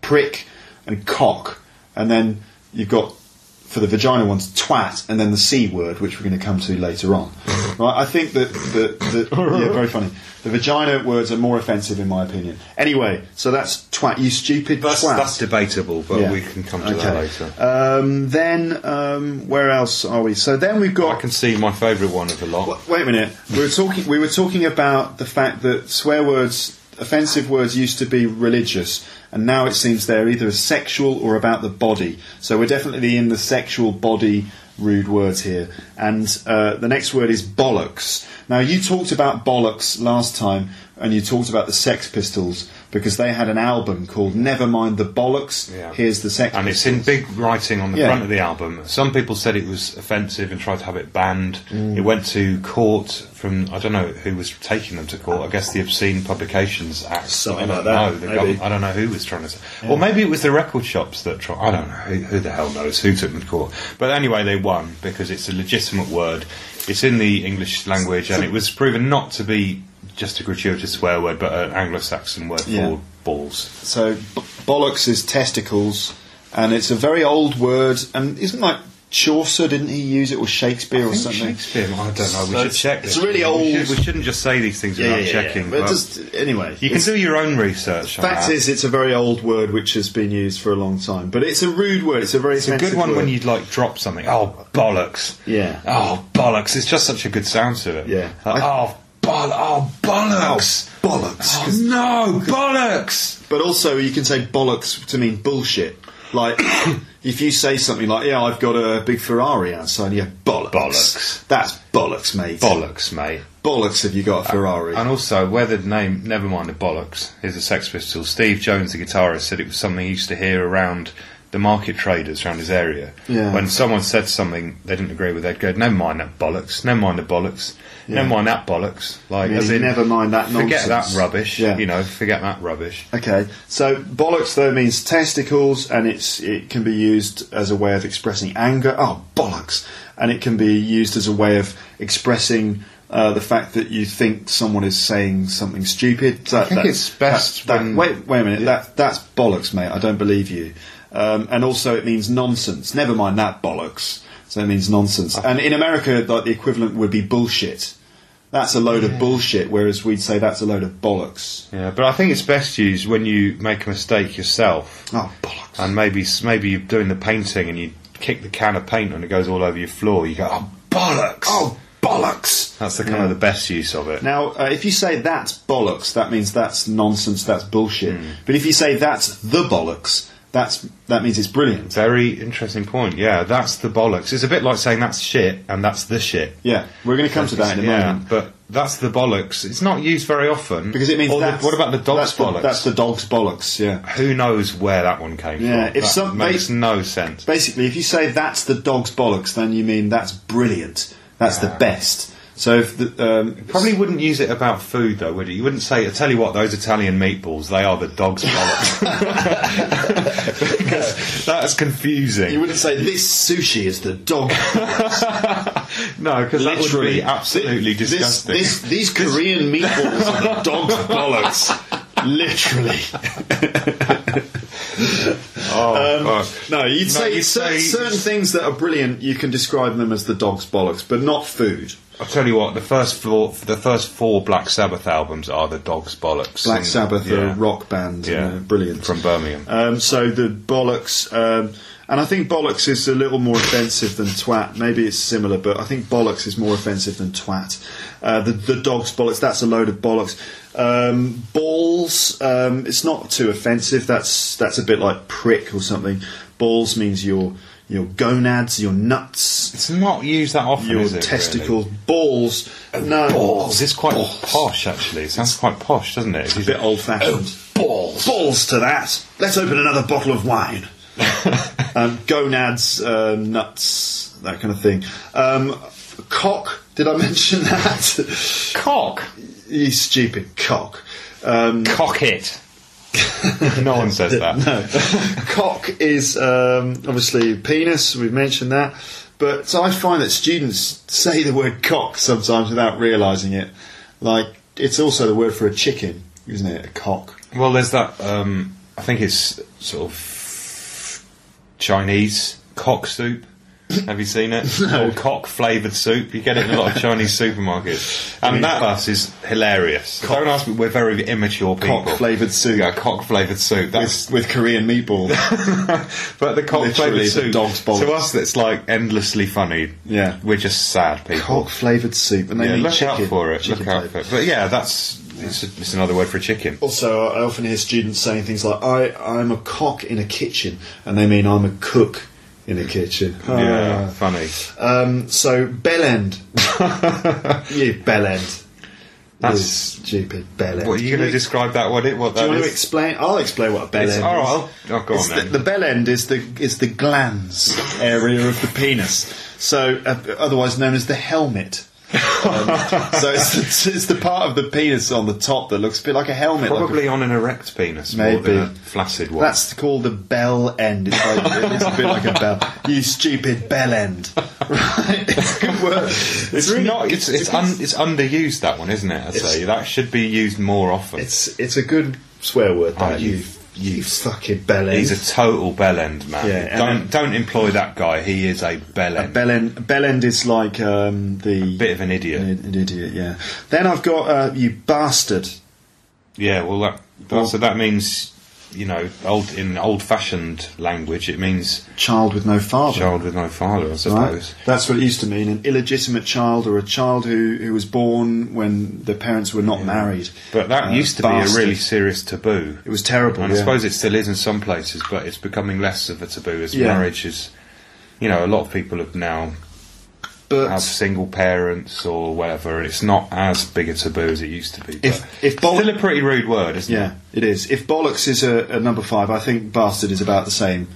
prick, and cock, and then you've got for the vagina ones twat, and then the c word, which we're going to come to [LAUGHS] later on. right, I think that the, the yeah, very funny. The vagina words are more offensive, in my opinion. Anyway, so that's twat. You stupid that's, twat. that's debatable, but Yeah. we can come to that Okay. later. Um, then um, where else are we? So then we've got I can see my favourite one of the lot. W- Wait a minute. We were talking. We were talking about the fact that swear words, offensive words, used to be religious, and now it seems they're either sexual or about the body. So we're definitely in the sexual body rude words here. And uh, the next word is bollocks. Now you talked about bollocks last time, and you talked about the Sex Pistols because they had an album called "Never Mind the Bollocks." Yeah. Here's the Sex. and it's in Pistols. big writing on the Yeah. front of the album. Some people said it was offensive and tried to have it banned. Mm. It went to court from I don't know who was taking them to court. I guess the Obscene Publications Act. Something I don't like that, know. The maybe. government- I don't know who was trying to. Say. Or maybe it was the record shops that tried. I don't know who, who the hell knows who took them to court. But anyway, they won because it's a legitimate word. It's in the English language, and it was proven not to be just a gratuitous swear word, but an Anglo-Saxon word Yeah. for balls. So b- bollocks is testicles, and it's a very old word. And isn't like Chaucer? Didn't he use it or Shakespeare or think something? Shakespeare. I don't know. We So should it's- check. It's this. really We old. should- we shouldn't just say these things without checking. But but just anyway, you can it's- do your own research. on Fact that. is, it's a very old word which has been used for a long time, but it's a rude word. It's a very it's a good offensive one word. when you like drop something. Oh bollocks! Yeah. Oh bollocks! It's just such a good sound to it. Yeah. Like, I- oh, boll- oh bollocks! Oh, bollocks. Oh, no bollocks! But also, you can say bollocks to mean bullshit. Like, [COUGHS] if you say something like, "Yeah, I've got a big Ferrari outside," yeah, bollocks. Bollocks. That's bollocks, mate. Bollocks, mate. Bollocks. Have you got a Ferrari? And also, whether the name, never mind the bollocks, is a Sex Pistols. Steve Jones, the guitarist, said it was something he used to hear around the market traders around his area. Yeah. When someone said something they didn't agree with, they'd go, "Never mind that bollocks. Never mind the bollocks. Never mind that bollocks." Like, Yeah, as in, never mind that Forget nonsense. that rubbish. Yeah. You know, forget that rubbish. Okay, so bollocks though means testicles, and it's it can be used as a way of expressing anger. Oh bollocks! And it can be used as a way of expressing uh, the fact that you think someone is saying something stupid. That, think that's- it's best That, that- when- wait, wait a minute. That that's bollocks, mate. I don't believe you. Um, and also, it means nonsense. Never mind that bollocks. So it means nonsense. Ah. And in America, like the equivalent would be bullshit. That's a load of bullshit, whereas we'd say that's a load of bollocks. Yeah, but I think it's best used when you make a mistake yourself. Oh bollocks! and maybe maybe you're doing the painting and you kick the can of paint and it goes all over your floor. You go, oh bollocks! Oh, bollocks! That's the kind of the best use of it. Now, uh, if you say that's bollocks, that means that's nonsense, that's bullshit. Hmm. But if you say that's the bollocks, that's that means it's brilliant. Very interesting point. Yeah, that's the bollocks. It's a bit like saying that's shit and that's the shit. Yeah, we're going to come to that in a yeah, moment. but that's the bollocks. It's not used very often Because it means Or the- that's, what about the dog's that's bollocks? that's the dog's bollocks, yeah. Who knows where that one came Yeah, from? if that some- makes ba- no sense. Basically, if you say that's the dog's bollocks, then you mean that's brilliant, that's the Yeah. best. So if the, um, Probably wouldn't use it about food though, would you? You wouldn't say, "I tell you what, those Italian meatballs—they are the dog's bollocks." [LAUGHS] [LAUGHS] because that's confusing. you wouldn't say this sushi is [LAUGHS] the dog. no, because that would Literally. be absolutely This- disgusting. This, these Korean meatballs [LAUGHS] are the dog's bollocks. Literally. um, oh, fuck. No, you'd say, you'd cer- say- certain things that are brilliant, you can describe them as the dog's bollocks, but not food. I'll tell you what, the first four, the first four Black Sabbath albums are the dog's bollocks. Black And- Sabbath are yeah. a rock band, Yeah. uh, brilliant. From Birmingham. Um, so the bollocks, um, and I think bollocks is a little more offensive than twat. Maybe it's similar, but I think bollocks is more offensive than twat. Uh, the, the dog's bollocks, that's a load of bollocks. Um, balls, um, it's not too offensive. That's that's a bit like prick or something. Balls means your your gonads, your nuts, It's not used that often. your is it, testicles, balls. No, Really? Balls. It's quite Balls. posh, actually. It sounds quite posh, doesn't it? A bit old fashioned. Oh, balls. Balls to that. Let's open another bottle [LAUGHS] of wine. um, gonads, uh, nuts, that kind of thing. Um, cock. Did I [LAUGHS] mention that? Cock. you stupid cock. Um, Cock it. no one [LAUGHS] says that. no. [LAUGHS] cock is um, obviously penis. We've mentioned that. But so I find that students say the word cock sometimes without realising it. Like, it's also the word for a chicken, isn't it? A cock. Well, there's that. Um, I think it's sort of Chinese cock soup. Have you seen [LAUGHS] it? Or cock flavoured soup. You get it in a lot of Chinese [LAUGHS] supermarkets. And that us is hilarious. Don't ask me, we're very immature people. Cock-flavoured soup. Yeah, cock flavoured soup. [LAUGHS] That's. with, with Korean [LAUGHS] meatballs. but the cock Literally flavoured the soup. dog's bollocks. to us, it's like endlessly funny. Yeah. We're just sad people. Cock flavoured soup, and they yeah, mean look chicken. out for it. Look chicken out for flavour. it. But yeah, that's. It's, it's another word for a chicken. Also, I often hear students saying things like, I, I'm a cock in a kitchen, and they mean I'm a cook in a kitchen. [LAUGHS] Yeah, funny. Ah. Um, so, bell end. [LAUGHS] you bell end. That's- you stupid bell end. What are you Can going to describe that? What it? What Do that you want to is? explain? I'll explain what a bell It's- end all right, is. I'll- oh, go on It's the, then. the bell end is the is the glands area of the penis, so uh, otherwise known as [LAUGHS] the helmet. Um, so it's the, it's the part of the penis on the top that looks a bit like a helmet. like a- Probably on an erect penis, more Maybe. than a flaccid one. that's called the bell end. It's, like, it's a bit like a bell. You stupid bell end. [LAUGHS] Right? It's a good word. it's, not. It's it's, un, it's underused that one, isn't it? I It's- say that should be used more often. It's it's a good swear word. Oh, That you, you- you fucking bell end. He's a total bell end man. Yeah, and don't then- don't employ that guy. He is a bell A end. bell end, bell end is like um, the bit of an idiot. An, an idiot, yeah. Then I've got uh, you bastard. yeah. Well, that so that means you know old in old fashioned language it means Child with no father. child with no father. I Right? suppose. Oh. That's what it used to mean an illegitimate child or a child who, who was born when their parents were not married. But that Uh, used to bastard. be a really serious taboo. It was terrible, And yeah. I suppose it still is in some places, but it's becoming less of a taboo as Yeah. marriage is. You know, a lot of people have now have But single parents or whatever, and it's not as big a taboo as it used to be. but If- [LAUGHS] if it's bol- still a pretty rude word, isn't yeah, it is. If bollocks is a, a number five, I think bastard is about the same.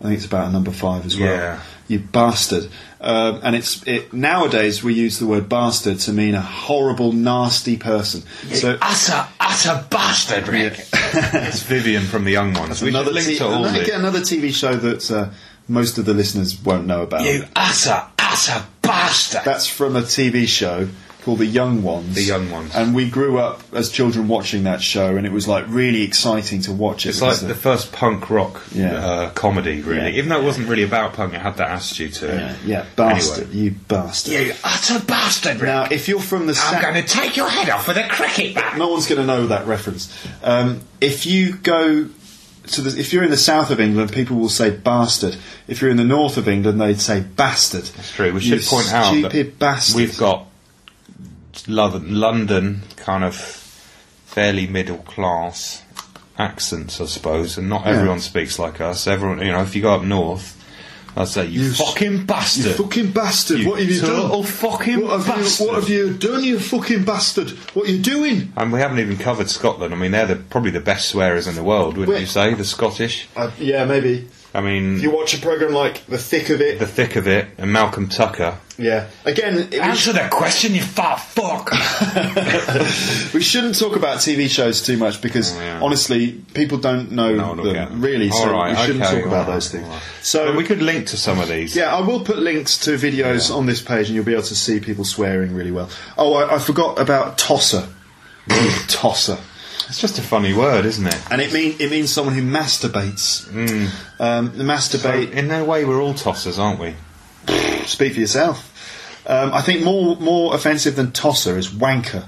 I think it's about a number five as well. Yeah. You bastard. Um, and it's it, nowadays we use the word bastard to mean a horrible, nasty person. So utter, utter bastard, Rick. [LAUGHS] it's Vivian from the Young Ones. We should link t- to all another, this. again, another TV show that uh, most of the listeners won't know about. utter, utter bastard. That's from a TV show called The Young Ones. The Young Ones. And we grew up as children watching that show, and it was like really exciting to watch it. It's like because the of- first punk rock Yeah. uh, comedy, really. Yeah. Even though it wasn't really about punk, it had that attitude to it. yeah, yeah, bastard, you bastard. Anyway. You utter bastard, Now, if you're from the South, to take your head off with a cricket bat. no one's going to know that reference. Um, if you go to the, if you're in the south of England, people will say bastard. If you're in the north of England, they'd say bastard. That's true. We should You point out that stupid bastard. we've got Lo- London kind of fairly middle class accents, I suppose, and not Yeah. everyone speaks like us. Everyone, you know, if you go up north, I'd say you, You s- fucking bastard. You fucking bastard! You what have you done? turtle fucking what have bastard. You, what have you done? You fucking bastard! What are you doing? and we haven't even covered Scotland. I mean, they're the, probably the best swearers in the world, wouldn't Wait. you say? The Scottish. Uh, yeah, maybe. I mean, If you watch a program like The Thick of It, the thick of it, and Malcolm Tucker. yeah. Again, it- we, sh- that question, you fat fuck. we shouldn't talk about TV shows too much because Oh, yeah. honestly, people don't know No, look at them really, so we shouldn't talk about those things. So we could link to some of these. Yeah, I will put links to videos on this page, and you'll be able to see people swearing really well. Oh, I, I forgot [LAUGHS] about tosser. tosser, It's just a funny word, isn't it? and it mean it means someone who masturbates. Um, the Hmm. So masturbate. in no way, we're all tossers, aren't we? speak for yourself. Um, I think more more offensive than tosser is wanker.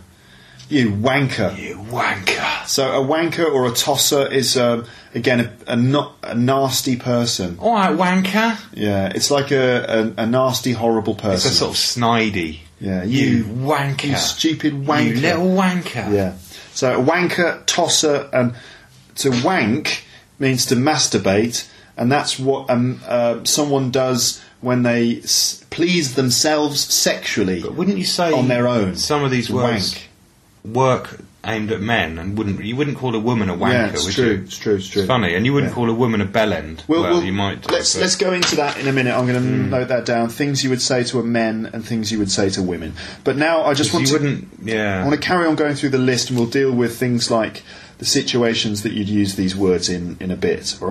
You wanker. You wanker. So a wanker or a tosser is um, again a, a, not, a nasty person. All right, wanker. Yeah, it's like a, a, a nasty, horrible It's person. a sort of snidey. Yeah, you, you- wanker. you stupid wanker. You little wanker. Yeah. So a wanker, tosser, and to wank means to masturbate, and that's what um, uh, someone does when they s- please themselves sexually. But wouldn't you say on their own? Some of these words Wank. work aimed at men, and wouldn't you wouldn't call a woman a wanker? Yeah, it's would true, you? it's true, it's true. funny, and you wouldn't Yeah. call a woman a bellend. We'll- we'll- you might. do, let's but- Hmm. let's go into that in a minute. I'm going to note that down. Things you would say to a men and things you would say to women. But now I just You want to wouldn't. Yeah. I want to carry on going through the list, and we'll deal with things like the situations that you'd use these words in in a bit. All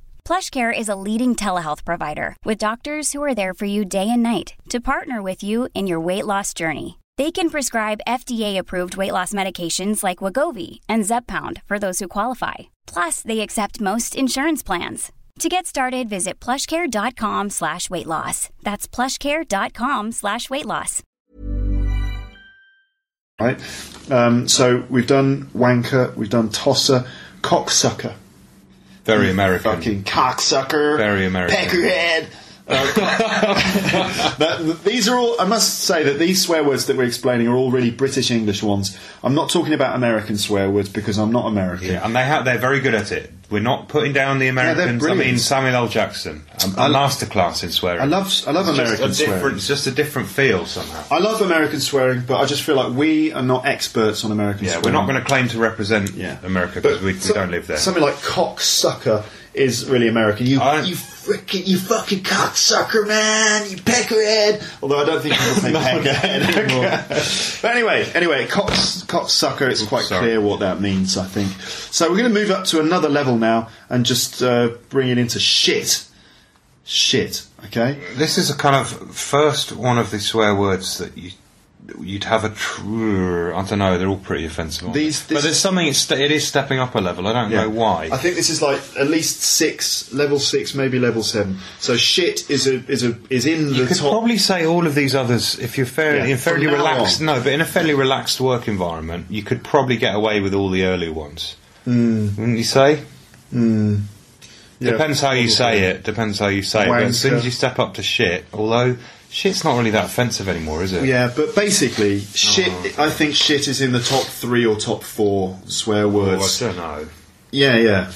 PlushCare is a leading telehealth provider with doctors who are there for you day and night to partner with you in your weight loss journey. They can prescribe FDA-approved weight loss medications like Wagovi and Zepbound for those who qualify. Plus, they accept most insurance plans. To get started, visit plushcare.com slash weight loss. That's plushcare.com slash weight loss. Right. Um, so we've done wanker, we've done tosser, cocksucker, Very American. fucking [LAUGHS] cocksucker, Hmm. Very American. peckerhead. [LAUGHS] Uh, that, these are all. I must say that these swear words that we're explaining are all really British English ones. I'm not talking about American swear words because I'm not [LAUGHS] American. Yeah, and they have, they're very good at it. We're not putting down the Americans. I brilliant. mean, Samuel L. Jackson, a, a masterclass in swearing. I love- I love It's American just a different- swearing. It's just a different feel somehow. I love American swearing, but I just feel like we are not experts on American yeah, swearing. we're not going to claim to represent Yeah. America because we, we so- don't live there. Something like cocksucker is really American. You, I- you freaking, you fucking cocksucker, man, you peckerhead. Although I don't think [LAUGHS] people say No, peckerhead. not anymore. Okay. [LAUGHS] but anyway, anyway, cocks, cocksucker. It's quite sorry. clear what that means, I think. So we're going to move up to another level now and just uh, bring it into shit. Shit. Okay. This is a kind of first one of the swear words that you you'd have a true. I don't know. They're all pretty offensive. aren't These- they? but this- there's something. It's, st- it is stepping up a level. I don't know why. I think this is like at least six, level six, maybe level seven. So shit is a is a is in you the could top. probably say all of these others if you're fairly, Yeah, in fairly from now relaxed. on. No, but in a fairly relaxed work environment, you could probably get away with all the earlier ones, mm. wouldn't you say? Hmm. Yeah, Depends how you say probably. it. Depends how you say it. But as soon as Wanker. you step up to shit, although shit's not really that offensive anymore, is it? Yeah, but basically, shit. I think shit is in the top three or top four swear Oh, words. I don't know. Yeah, yeah.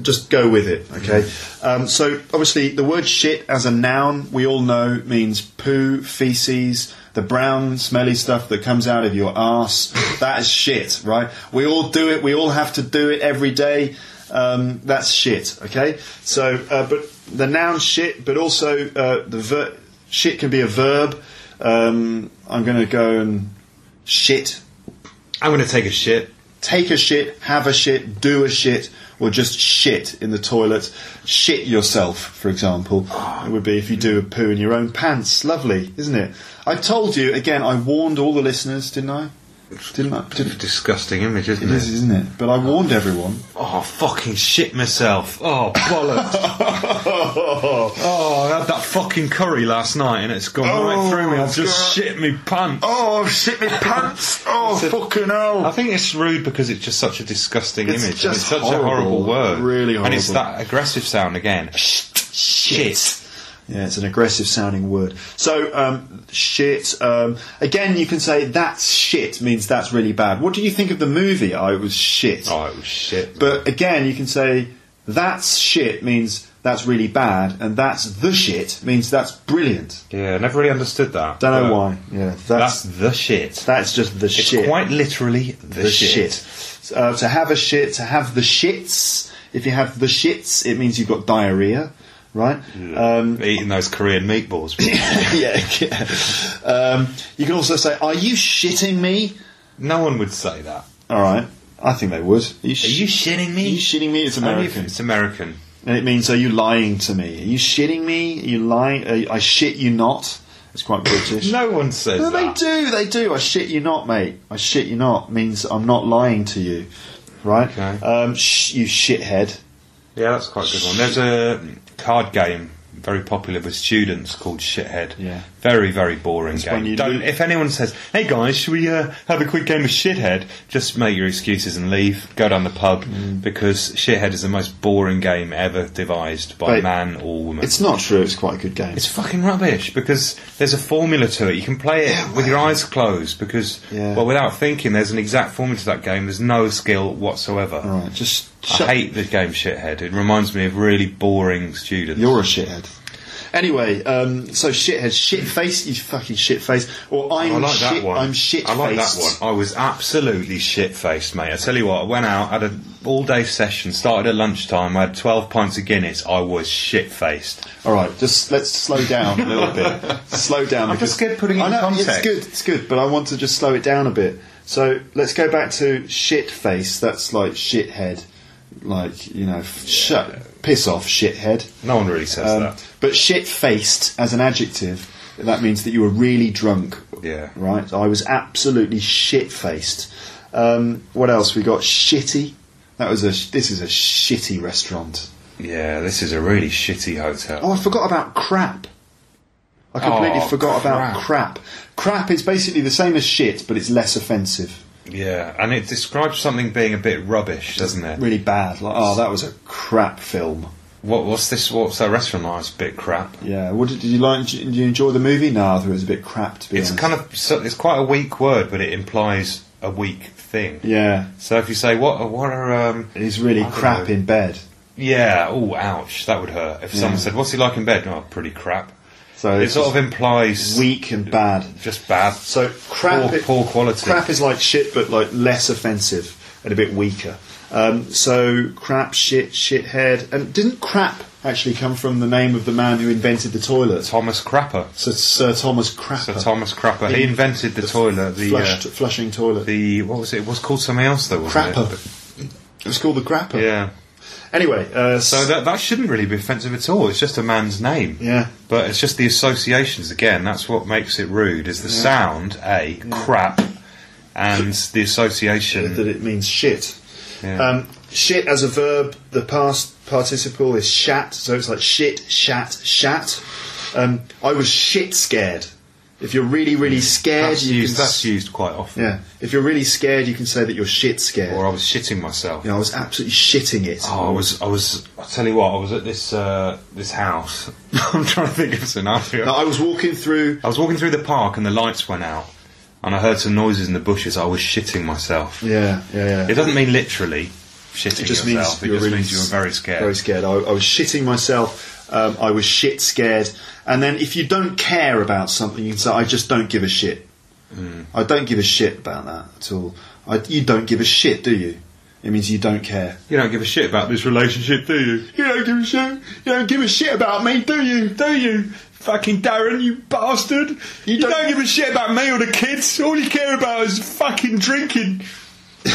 Just go with it, okay? Um, so, obviously, the word shit as a noun, we all know, means poo, feces, the brown, smelly stuff that comes out of your ass. that is shit, right? We all do it, we all have to do it every day. Um, that's shit, okay? So, uh, but the noun shit, but also uh, the ver- shit can be a verb. Um, I'm going to go and shit I'm going to take a shit. take a shit, have a shit, do a shit, or just shit in the toilet. Shit yourself, for example. It would be if you do a poo in your own pants. Lovely, isn't it? I told you, again, I warned all the listeners, didn't I? disgusting image, isn't it? It is, isn't it? But I [LAUGHS] warned everyone. Oh, fucking shit myself. Oh, bollocks. [LAUGHS] oh, I had that fucking curry last night and it's gone right through me. Oh, I've just shit me pants. Oh, shit me pants. Oh, fucking hell. I think it's rude because it's just such a disgusting It's image. just it's such a horrible, horrible word. really And it's horrible. that aggressive sound again. Shit. Yeah, it's an aggressive sounding word. So, um, shit. Um, again, you can say that's shit means that's really bad. What do you think of the movie? Oh, it was shit. Oh, it was shit. But again, you can say that's shit means that's really bad, and that's the shit means that's brilliant. Yeah, I never really understood that. Don't know But why. Yeah, That's, that's the shit. that's just the it's shit. quite literally the, shit. Uh, to have a shit, to have the shits. If you have the shits, it means you've got diarrhea, right? Um, Eating those Korean [COUGHS] meatballs. [LAUGHS] yeah. yeah. Um, you can also say, "Are you shitting me?" no one would say that. All right, I think they would. Are you, Are you shitting me? Are you shitting me? It's Only if American, It's American. and it means, "Are you lying to me? Are you shitting me? Are you lying? Are, I shit you not." It's quite British. No one says No, they that. do. They do. I shit you not, mate. I shit you not means I'm not lying to you, right? Okay. Um, sh- you shithead. Yeah, that's quite a good one. There's a card game very popular with students called Shithead. Yeah. Very, very boring when you game. Don't, lo- if anyone says, hey guys, should we uh, have a quick game of Shithead? Just make your excuses and leave. Go down the pub because Shithead is the most boring game ever devised by But man or woman. It's not true. It's quite a good game. It's fucking rubbish because there's a formula to it. You can play it with your eyes closed because, Yeah. well, without thinking, there's an exact formula to that game. There's no skill whatsoever. All right. Just shut. I hate the game shithead. It reminds me of really boring students. You're a shithead. Anyway, um, so shithead, shit face, you fucking shit face, or I'm I like shit, that one. I'm shit I like that faced. one. I was absolutely shit faced, mate. I tell you what, I went out, had an all day session, started at lunchtime, I had 12 pints of Guinness. I was shit faced. All right, just let's slow down a little [LAUGHS] bit. slow down. I'm because- just good putting it I in know, It's context. good, it's good, but I want to just slow it down a bit. So let's go back to shit face. That's like shithead, like you know, f- shut, piss off, shithead. No one really says Um, that. but shit faced as an adjective, that means that you were really drunk. Yeah. Right? I was absolutely shit faced. Um, what else? We got shitty. That was a. sh- This is a shitty restaurant. Yeah, this is a really shitty hotel. Oh, I forgot about crap. I completely Oh, forgot about crap. crap. Crap is basically the same as shit, but it's less offensive. Yeah, and it describes something being a bit rubbish, doesn't it? Really bad. Like, oh, that was a crap film. What, what's this? What's that restaurant like? It's a bit crap. Yeah. What did, did you like? Did you enjoy the movie? No, I thought it was a bit crap. To be It's honest. kind of so- it's quite a weak word, but it implies a weak thing. Yeah. So if you say what what are um He's really I don't crap know. in bed. yeah oh ouch that would hurt if someone Yeah. said what's he like in bed no pretty crap So it it's sort of just implies weak and bad. just bad So crap, poor, is- poor quality Crap is like shit, but like less offensive and a bit weaker. Um, so crap, shit, shithead, and didn't crap actually come from the name of the man who invented the toilet? Thomas Crapper so Sir Thomas Sir Crapper. Thomas Crapper he, invented the, toilet the flushed- uh, flushing toilet. the what was it it was called something else though wasn't crapper. it It was called the crapper. yeah Anyway, uh, so that that shouldn't really be offensive at all it's just a man's name yeah. But it's just the associations again. That's what makes it rude. Is the sound a crap, and the association. that it means shit. Mm. Yeah. Um, shit as a verb, the past participle is shat, so it's like shit, shat, shat. Um, I was shit scared. If you're really, really scared, that's, you used, can. s- that's used quite often. Yeah. If you're really scared, you can say that you're shit scared. Or I was shitting myself. You know, I was absolutely shitting it. Oh, I was. I was. I tell you what. I was at this uh, this house. [LAUGHS] I'm trying to think of a scenario. Now, I was walking through. I was walking through the park and the lights went out, and I heard some noises in the bushes. I was shitting myself. Yeah, yeah, It yeah. doesn't mean literally shitting It just yourself. means you're it just really means you were very scared. Very scared. I, I was shitting myself. Um, I was shit scared. And then if you don't care about something, you can say, I just don't give a shit. Hmm. I don't give a shit about that at all. I, you don't give a shit, do you? It means you don't care. You don't give a shit about this relationship, do you? You don't give a shit. You don't give a shit about me, do you? Do you? Fucking Darren, you bastard! You, don't- don't, give a shit about me or the kids. All you care about is fucking [LAUGHS] drinking. Right.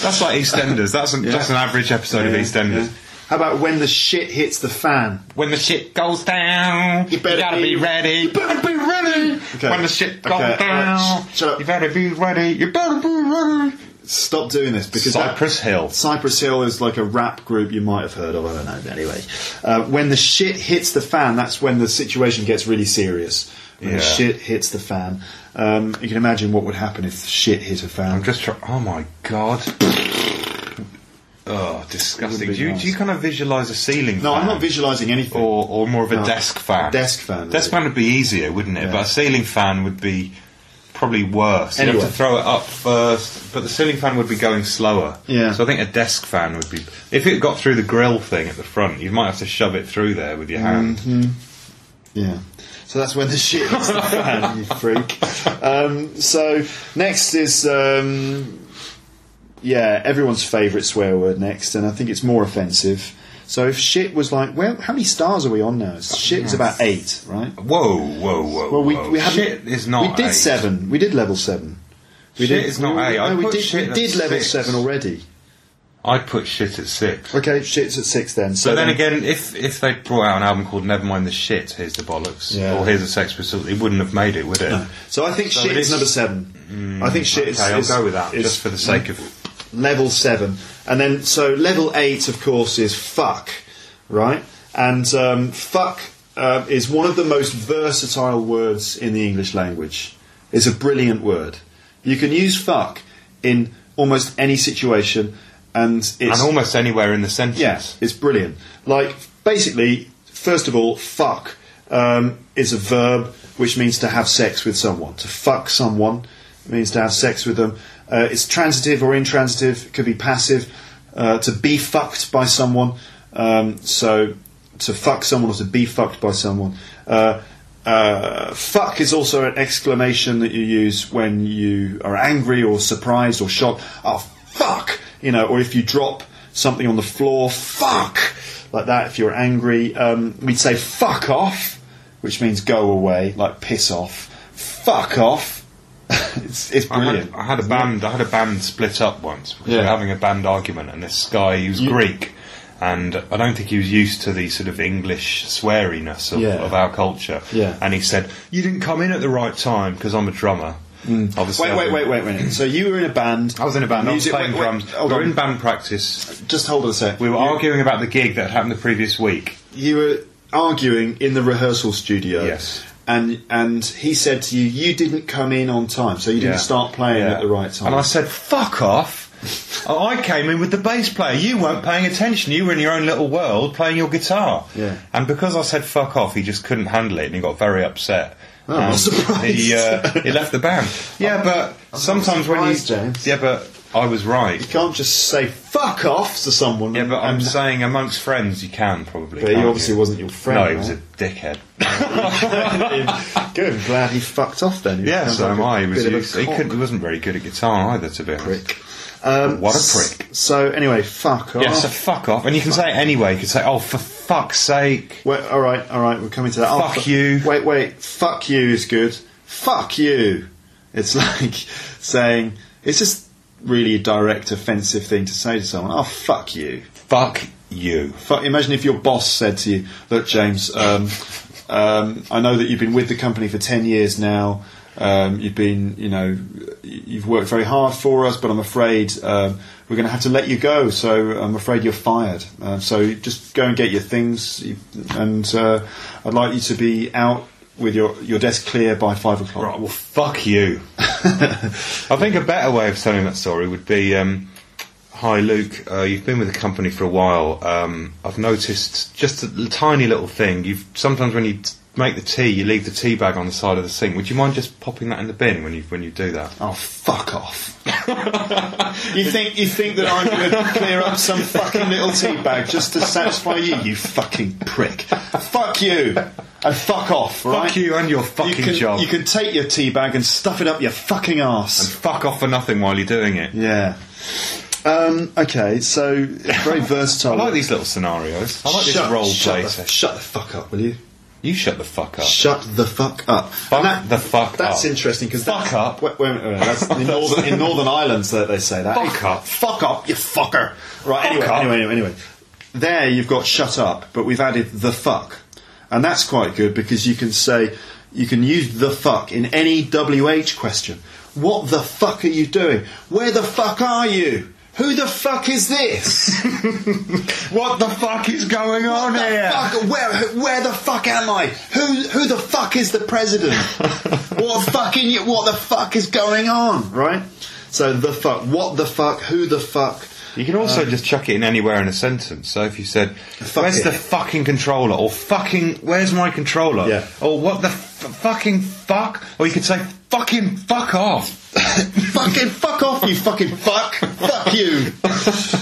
That's like EastEnders. That's an, Yeah. that's an average episode Yeah, of EastEnders. yeah. How about when the shit hits the fan? When the shit goes down, You better be- ready. You better be ready. ready. When the shit goes down, you better be ready. You better be ready. Stop doing this because Cypress Hill. Cypress Hill is like a rap group you might have heard of. I don't know. But anyway, uh, when the shit hits the fan, that's when the situation gets really serious. When the Yeah. shit hits the fan, um, you can imagine what would happen if shit hit a fan. I'm just trying. Oh my [LAUGHS] god. Oh, disgusting. It would be Do you, nice. do you kind of visualise a ceiling No, fan? I'm not visualising anything. Or, or more of a No. desk fan? Desk fan. Desk fan would be easier, wouldn't it? Yeah. But a ceiling fan would be probably worse. You'd Anyway. have to throw it up first, but the ceiling fan would be going slower. Yeah. So I think a desk fan would be. If it got through the grill thing at the front, you might have to shove it through there with your hand. Mhm. Yeah. So that's when the [LAUGHS] shit hits the fan, you freak. Um, so next is. Um, yeah, everyone's favourite swear word next, and I think it's more offensive. So if shit was like, well, how many stars are we on now? Shit's about eight, right? Whoa, whoa, whoa. Well, we, whoa. we haven't. shit is not. We did eight. seven. We did level seven. We Shit did, is not eight. I No, we put did, shit we at did level six. seven already. I'd put shit at six. Okay, shit's at six then. So So then again, if if they brought out an album called Nevermind the Shit, Here's the Bollocks, Yeah. or Here's the Sex Pistols, it wouldn't have made it, would it? so I think So shit it is is- Mm, number seven. I think shit okay, is. I'll is- go with that, is just for the sake of. level seven, and then so level eight, of course, is fuck, right? And um, fuck uh, is one of the most versatile words in the English language. It's a brilliant word. You can use fuck in almost any situation, and it's And almost anywhere in the sentence. Yes, it's brilliant. Like, basically, first of all, fuck um, is a verb which means to have sex with someone. To fuck someone means to have sex with them. Uh, it's transitive or intransitive, it could be passive. Uh, to be fucked by someone, um, so to fuck someone or to be fucked by someone. Uh, uh, fuck is also an exclamation that you use when you are angry or surprised or shocked. Oh, fuck! You know, or if you drop something on the floor, fuck! Like that, if you're angry. Um, we'd say fuck off, which means go away, like piss off. Fuck off! [LAUGHS] it's, it's I brilliant. had, I had a isn't it? band. I had a band split up once because Yeah. we were having a band argument, and this guy he was You- Greek, and I don't think he was used to the sort of English sweariness of, Yeah. of our culture. Yeah. And he said, "You didn't come in at the right time because I'm a drummer." Obviously, Mm. Wait, I- wait, wait, wait a minute. So you were in a band. I was in a band. Music- I was playing wait, wait, drums. hold we were on. in band practice. Just hold on a sec. We were You- arguing about the gig that happened the previous week. you were arguing in the rehearsal studio. Yes. And and he said to you, you didn't come in on time, so you didn't Yeah. start playing Yeah. at the right time. And I said, "Fuck [LAUGHS] off." Oh, I came in with the bass player. You weren't paying attention. You were in your own little world playing your guitar. Yeah. And because I said "fuck off," he just couldn't handle it, and he got very upset. Oh, I'm And surprised. He, uh, he left the band. Yeah, but I'm sometimes when you, surprised, James. yeah, but I was right. you can't just say fuck off to someone. Yeah, but I'm and- saying amongst friends you can probably. [LAUGHS] But he can't obviously you? wasn't your friend, No, he was a right? dickhead. [LAUGHS] [LAUGHS] Good. Glad he fucked off then. He Yeah, sounds so like am a I. He, was bit of a used- he, cock couldn't, he wasn't very good at guitar either, to be honest. prick. Um, What a s- prick. So anyway, fuck off. Yeah, Oh, so fuck off. And you can say it anyway. You can say, oh, for fuck's sake. [LAUGHS] Wait, all right, all right, we're coming to that. Oh, Fuck fu- you. Wait, wait. Fuck you is good. Fuck you. It's [LAUGHS] like saying it's just really a direct, offensive thing to say to someone. Oh, fuck you. Fuck you. Fuck. Imagine if your boss said to you, "Look, James, um, um, I know that you've been with the company for ten years now. Um, you've been, you know, you've worked very hard for us, but I'm afraid um, we're going to have to let you go. So I'm afraid you're fired. Uh, so just go and get your things, you- and uh, I'd like you to be out." With your, your desk clear by five o'clock. Right, well, fuck [LAUGHS] you. I think a better way of telling that story would be um, Hi, Luke, uh, you've been with the company for a while. Um, I've noticed just a l- tiny little thing. You've Sometimes when you t- make the tea, you leave the tea bag on the side of the sink. Would you mind just popping that in the bin when you, when you do that? Oh, fuck off! [LAUGHS] you think you think that I'm going to clear up some fucking little tea bag just to satisfy you? You fucking prick! Fuck you and fuck off! Right? Fuck you and your fucking you can, job. You can take your tea bag and stuff it up your fucking And ass. fuck off for nothing while you're doing it. Yeah. Um, okay, so it's [LAUGHS] very versatile. I like these little scenarios. I like shut, this role play. shut the, session. shut the fuck up, will you? you shut the fuck up. Shut the fuck up. Fuck the fuck That's up. interesting because Fuck up. Wait, wait, wait, wait, that's [LAUGHS] in, northern, in Northern Ireland that they say that. Fuck Hey, up. Fuck up, you fucker. Right. anyway, up. anyway, anyway, anyway. There you've got shut up, but we've added the fuck, and that's quite good because you can say. You can use the fuck in any WH question. What the fuck are you doing? Where the fuck are you? Who the fuck [LAUGHS] is this? what the fuck is going on What the here? fuck- where, where the fuck am I? Who, who the fuck is [LAUGHS] the president? what fucking? What the fuck is going on? Right. So the fuck. What the fuck? Who the fuck? [LAUGHS] You can also Um, just chuck it in anywhere in a sentence. So if you said, Fuck "Where's it. the fucking controller?" or "Fucking, where's my controller?" Yeah. or "What the f- fucking fuck?" or you could say, "Fucking fuck off." fucking fuck off, you fucking fuck. fuck you.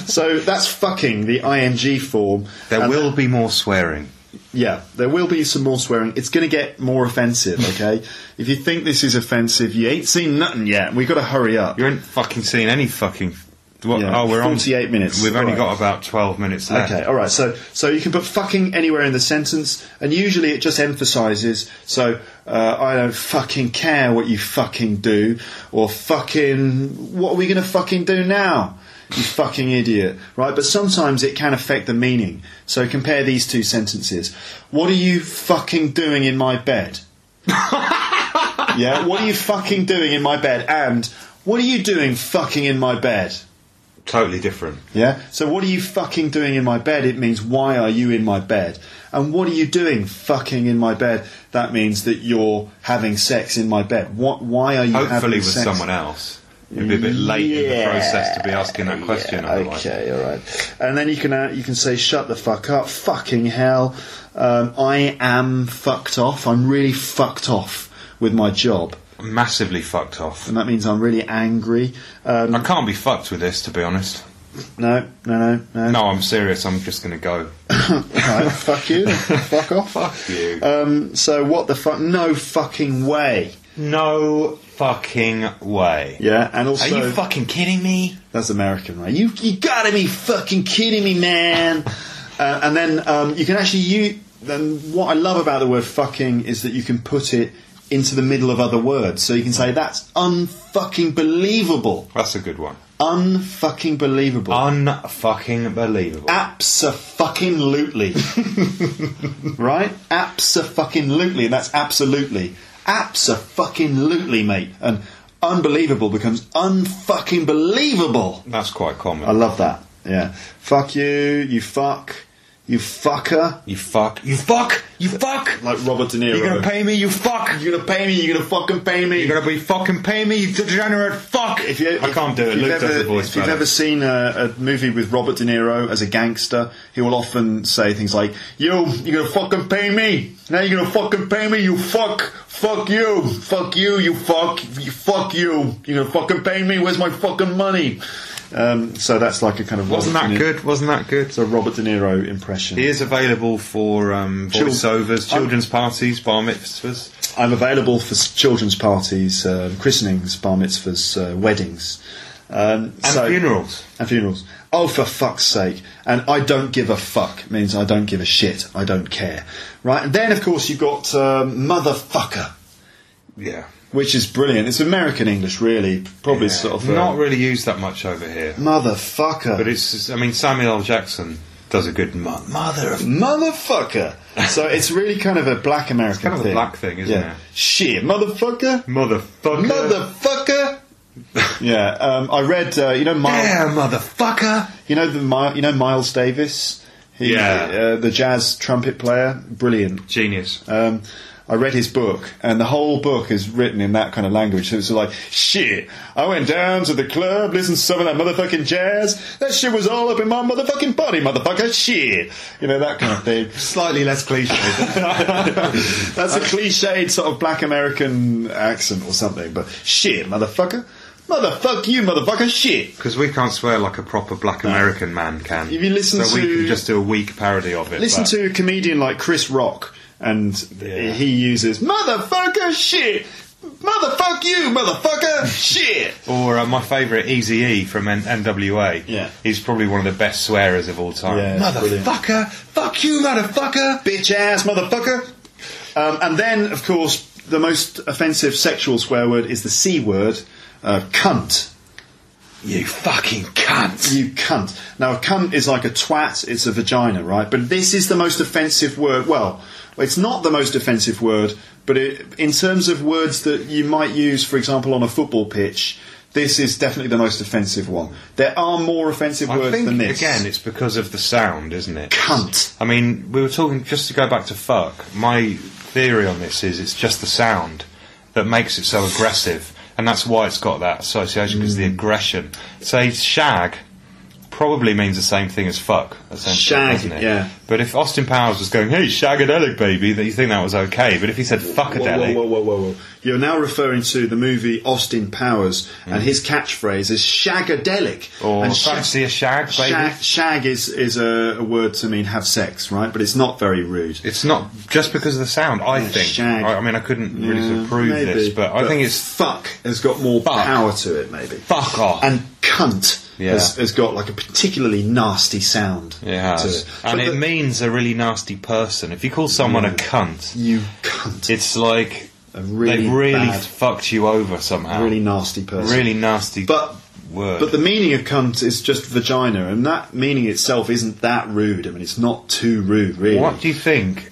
So that's fucking the ing form. There And- will be more swearing. Yeah, there will be some more swearing. It's going to get more offensive, okay? if you think this is offensive, you ain't seen nothing yet. We've got to hurry up. You ain't fucking seen any fucking. What, Yeah, Oh, we're on 48 minutes. We've only got Alright. about twelve minutes left. Okay, all right. So so you can put fucking anywhere in the sentence, and usually it just emphasises. So uh, I don't fucking care what you fucking do, or fucking what are we gonna fucking do now? You fucking idiot, right? But sometimes it can affect the meaning. So compare these two sentences. What are you fucking doing in my bed? yeah. What are you fucking doing in my bed? And what are you doing fucking in my bed? Totally different. Yeah. So what are you fucking doing in my bed? It means why are you in my bed? And what are you doing fucking in my bed? That means that you're having sex in my bed. What? Why are you Hopefully having with sex? someone else. It'd be a bit late in the Yeah. process to be asking that question. otherwise. Okay, all right. And then you can uh, you can say shut the fuck up, fucking hell. Um, I am fucked off. I'm really fucked off with my job, Massively fucked off. and that means I'm really angry. Um, I can't be fucked with this, to be honest. no, no, no, no. No, I'm serious. I'm just going to go. Alright, [LAUGHS] fuck you. then. fuck off. Fuck you. Um, so what the fuck? No fucking way. No fucking way. Yeah, and also Are you fucking kidding me? that's American, right? You you gotta be fucking kidding [LAUGHS] me, man. uh, and then um, you can actually you. Then what I love about the word fucking is that you can put it into the middle of other words. So you can say that's unfucking believable, That's a good one. unfucking believable, Unfucking believable. [LAUGHS] Abso-fucking-lutely. right? Abso-fucking-lutely. That's absolutely. Abso-fucking-lutely, mate. And unbelievable becomes unfucking-believable. That's quite common. I love that. Yeah. Fuck you, you fuck, you fucker. you fuck. You fuck. You fuck. Like Robert De Niro. You're going to pay me, you fuck. You're gonna pay me, you're gonna fucking pay me. You're going to be fucking pay me, you degenerate fuck. If you, I can't do if it. you've Luke ever, does the voice If you've better. ever seen a, a movie with Robert De Niro as a gangster, he will often say things like, "Yo, you're gonna fucking pay me. Now you're gonna fucking pay me. You fuck, fuck you, fuck you, you fuck, you fuck you. You're gonna fucking pay me. Where's my fucking money?" Um, so that's like a kind of Wasn't Robert that De Niro- good? Wasn't that good? It's a Robert De Niro impression. He is available for um, Chil- voiceovers, I'm- children's parties, bar mitzvahs. I'm available for s- children's parties, um christenings, bar mitzvahs, uh, weddings. Um, And funerals. And funerals. Oh, for fuck's sake. And I don't give a fuck means I don't give a shit. I don't care. Right? And then, of course, you've got um, motherfucker, Yeah. which is brilliant. It's American English, really. Probably Yeah. sort of. uh, Not really used that much over here. Motherfucker. But it's, it's- I mean, Samuel L. Jackson does a good mo- mother of. Motherfucker. so it's really kind of a black American kind of a thing. black thing, isn't yeah. it? Shit, motherfucker. Motherfucker. Motherfucker. [LAUGHS] yeah, um, I read. Uh, you know, Miles. Yeah, motherfucker. You know the Mi- you know Miles Davis. He, Yeah. uh, the jazz trumpet player, brilliant. Genius. Um, I read his book, and the whole book is written in that kind of language. So it's like, shit, I went down to the club, listened to some of that motherfucking jazz. That shit was all up in my motherfucking body, motherfucker. Shit. You know, that kind of thing. Slightly less cliche. [LAUGHS] [LAUGHS] That's a cliched sort of black American accent or something, but shit, motherfucker. Motherfuck you, motherfucker. Shit. Because we can't swear like a proper black American man can. If you listen so we to- can just do a weak parody of it. Listen but- to a comedian like Chris Rock, and Yeah. he uses motherfucker shit, motherfuck you, motherfucker shit. Or uh, my favourite, Easy E from N- NWA. Yeah. He's probably one of the best swearers of all time. Yeah, it's brilliant. motherfucker! Fuck you, motherfucker! Bitch ass motherfucker. Um, and then, of course, the most offensive sexual swear word is the c word, uh, cunt. You fucking cunt! You cunt. Now, a cunt is like a twat, it's a vagina, right? But this is the most offensive word. Well, It's not the most offensive word, but it, in terms of words that you might use, for example, on a football pitch, this is definitely the most offensive one. There are more offensive I words think than this. again, it's because of the sound, isn't it? Cunt. I mean, we were talking just to go back to fuck. My theory on this is it's just the sound that makes it so aggressive, and that's why it's got that association because Hmm. the aggression. Say shag probably means the same thing as fuck. Essentially, Shag, doesn't it? yeah. But if Austin Powers was going, "Hey, shagadelic baby," that you think that was okay. But if he said fuckadelic, Whoa, whoa, whoa, whoa, whoa. You're now referring to the movie Austin Powers, and Mm. his catchphrase is shagadelic. or and shag- fancy a shag, baby. Shag, shag is, is a, a word to mean have sex, right? But it's not very rude. It's not just because of the sound. I Yeah, think. shag. I, I mean, I couldn't really sort Yeah, of prove maybe, this, but, I think it's fuck has got more Fuck. power to it, maybe. fuck off. And cunt Yeah. has, has got like a particularly nasty sound. It has. to it. And But it the- means a really nasty person. If you call someone a cunt, you cunt, it's like A really they've really bad- fucked you over somehow. really nasty person. Really nasty But word. But the meaning of cunt is just vagina, and that meaning itself isn't that rude. I mean, it's not too rude, really. What do you think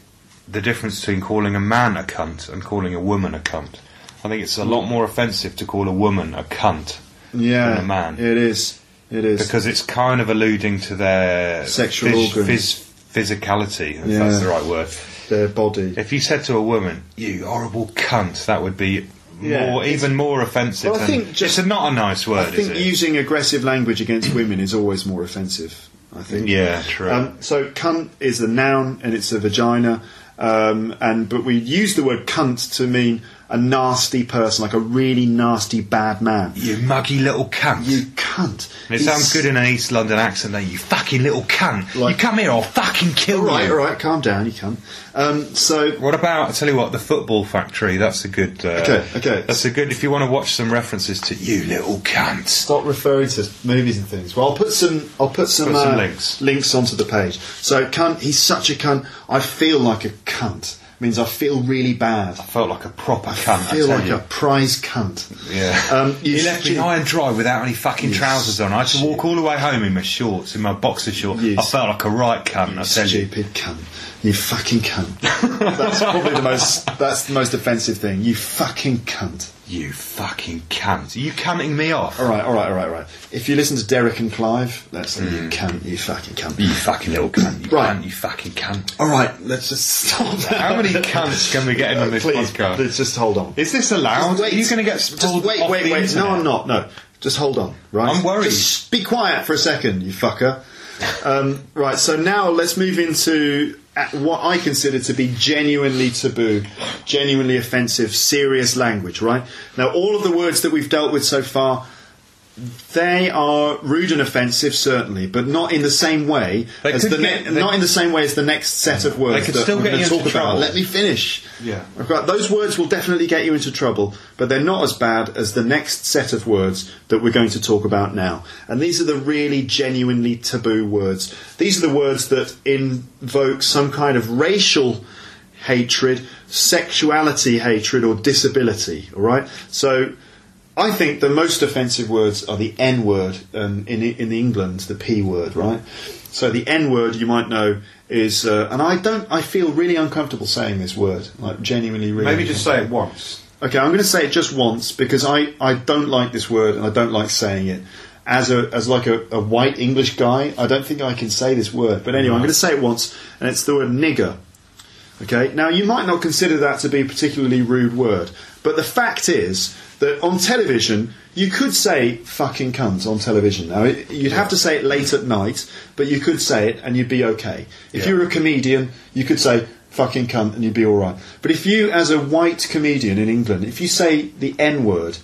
the difference between calling a man a cunt and calling a woman a cunt? I think it's a lot more offensive to call a woman a cunt Yeah, than a man. It is. It is. because it's kind of alluding to their Sexual organs. physicality, if Yeah. that's the right word. their body. If you said to a woman, "You horrible cunt," that would be Yeah, more, it's- even more offensive. Well, than, I think just- it's not a nice word, I think is it? using aggressive language against women is always more offensive. I think. Yeah, true. Um, so cunt is a noun and it's a vagina, um, and but we use the word cunt to mean a nasty person, like a really nasty bad man. you muggy little cunt. You cunt. And it sounds good in an East London accent, then you fucking little cunt. you Like- come here, I'll fucking kill All right, you. all right, calm down, you cunt. Um, so What about? I tell you what, the football factory. That's a good. Uh, Okay, okay. That's a good. If you want to watch some references to you little cunt. Stop referring to movies and things. Well, I'll put some. I'll put some, Put some uh, links. onto the page. So cunt. He's such a cunt. I feel like a cunt. Means I feel really bad. I felt like a proper cunt. I feel tell like you. a prize cunt. Yeah. Um, you he left me shit- high and dry without any fucking You trousers on. I had to walk all the way home in my shorts, in my boxer shorts. You I felt like a right cunt, I tell you. Stupid cunt. You fucking cunt. [LAUGHS] that's probably the most. That's the most offensive thing. You fucking cunt. You fucking cunt. Are you cunting me off? All right, all right, all right, all right. If you listen to Derek and Clive, that's you cunt. You fucking cunt. Mm. You fucking little cunt. You Right. cunt, you fucking cunt. All right, let's just stop. That. How many cunts can we get in on this please, podcast? Please, just hold on. Is this allowed? Just wait. Are you gonna get Just pulled wait, off wait, the wait. internet? No, I'm not. No, just hold on. Right. I'm worried. Just be quiet for a second, you fucker. Um, right. So now let's move into uh, what I consider to be genuinely taboo, genuinely offensive, serious language. Right. Now, all of the words that we've dealt with so far. They are rude and offensive, certainly, but not in the same way They as could the get- ne- they- not in the same way as the next set of words could that still we're get gonna you talk into about. trouble. Let me finish. Yeah. I've got those words will definitely get you into trouble, but they're not as bad as the next set of words that we're going to talk about now. And these are the really genuinely taboo words. These are the words that invoke some kind of racial hatred, sexuality hatred, or disability. All right. So. I think the most offensive words are the N word um, in in England, the P word, right? So the N word you might know is, uh, and I don't, I feel really uncomfortable saying this word, like genuinely, really. uncomfortable. once. Okay, I'm going to say it just once because I, I don't like this word and I don't like saying it. As a as like a, a white English guy, I don't think I can say this word. But anyway, I'm going to say it once, and it's the word nigger. Okay, now you might not consider that to be a particularly rude word, but the fact is that on television you could say fucking cunt on television. Now it, you'd have to say it late at night, but you could say it and you'd be okay. If you were a comedian, you could say fucking cunt and you'd be all right. But if you, as a white comedian in England, if you say the N word,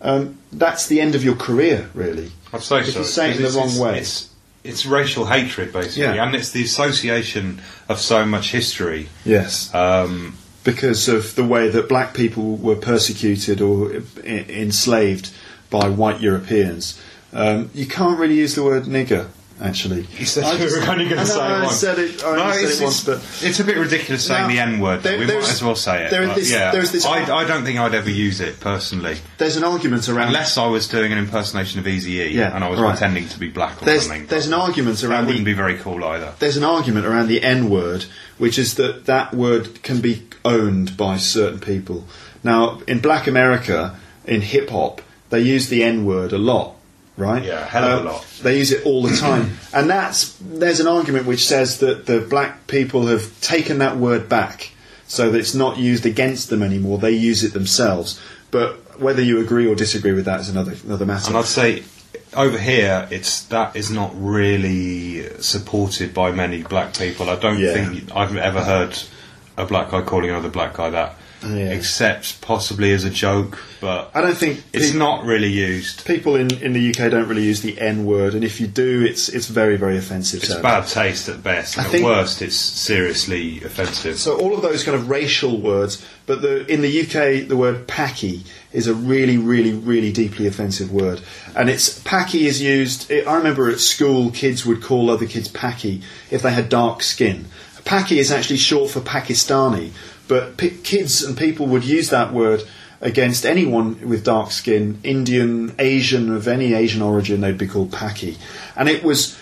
um, that's the end of your career, really. I'd say if so. you say it in the because wrong it's- way. It's, it's racial hatred, basically, Yeah. and it's the association of so much history. yes. Um, because of the way that black people were persecuted or e- enslaved by white Europeans. Um, you can't really use the word nigger Actually, You said I you just- were only going I to say know, it I once. said it. I only said it's, it once, but it's- it's a bit ridiculous saying Now, the N word. there- we might there's- as well say it. there is but this- yeah, there is this- I, I don't think I'd ever use it personally, there's an argument around. unless I was doing an impersonation of Easy E Yeah, and I was right. pretending to be black or there's something. there's an argument That around the wouldn't be very cool either. there's an argument around the N word, which is that that word can be owned by certain people. Now, in Black America, in hip hop, they use the N word a lot, right? Uh, Yeah, a hell of a lot. They use it all the [CLEARS THROAT] time, and that's there's an argument which says that the black people have taken that word back, so that it's not used against them anymore. They use it themselves, but whether you agree or disagree with that is another another matter. And I'd say over here, it's that is not really supported by many black people. I don't Yeah. think I've ever heard a black guy calling another black guy that, except possibly as a joke. But I don't think it's peop- not really used. People in, in the UK don't really use the N word, and if you do, it's it's very very offensive. It's term. bad taste at best. I and at think- worst, it's seriously offensive. So all of those kind of racial words, but the, in the UK, the word "packy" is a really, really, really deeply offensive word, and it's "packy" is used. i I remember at school, kids would call other kids "packy" if they had dark skin. "Packy" is actually short for Pakistani, but p- kids and people would use that word against anyone with dark skin, Indian, Asian, of any Asian origin, they'd be called Paki. And it was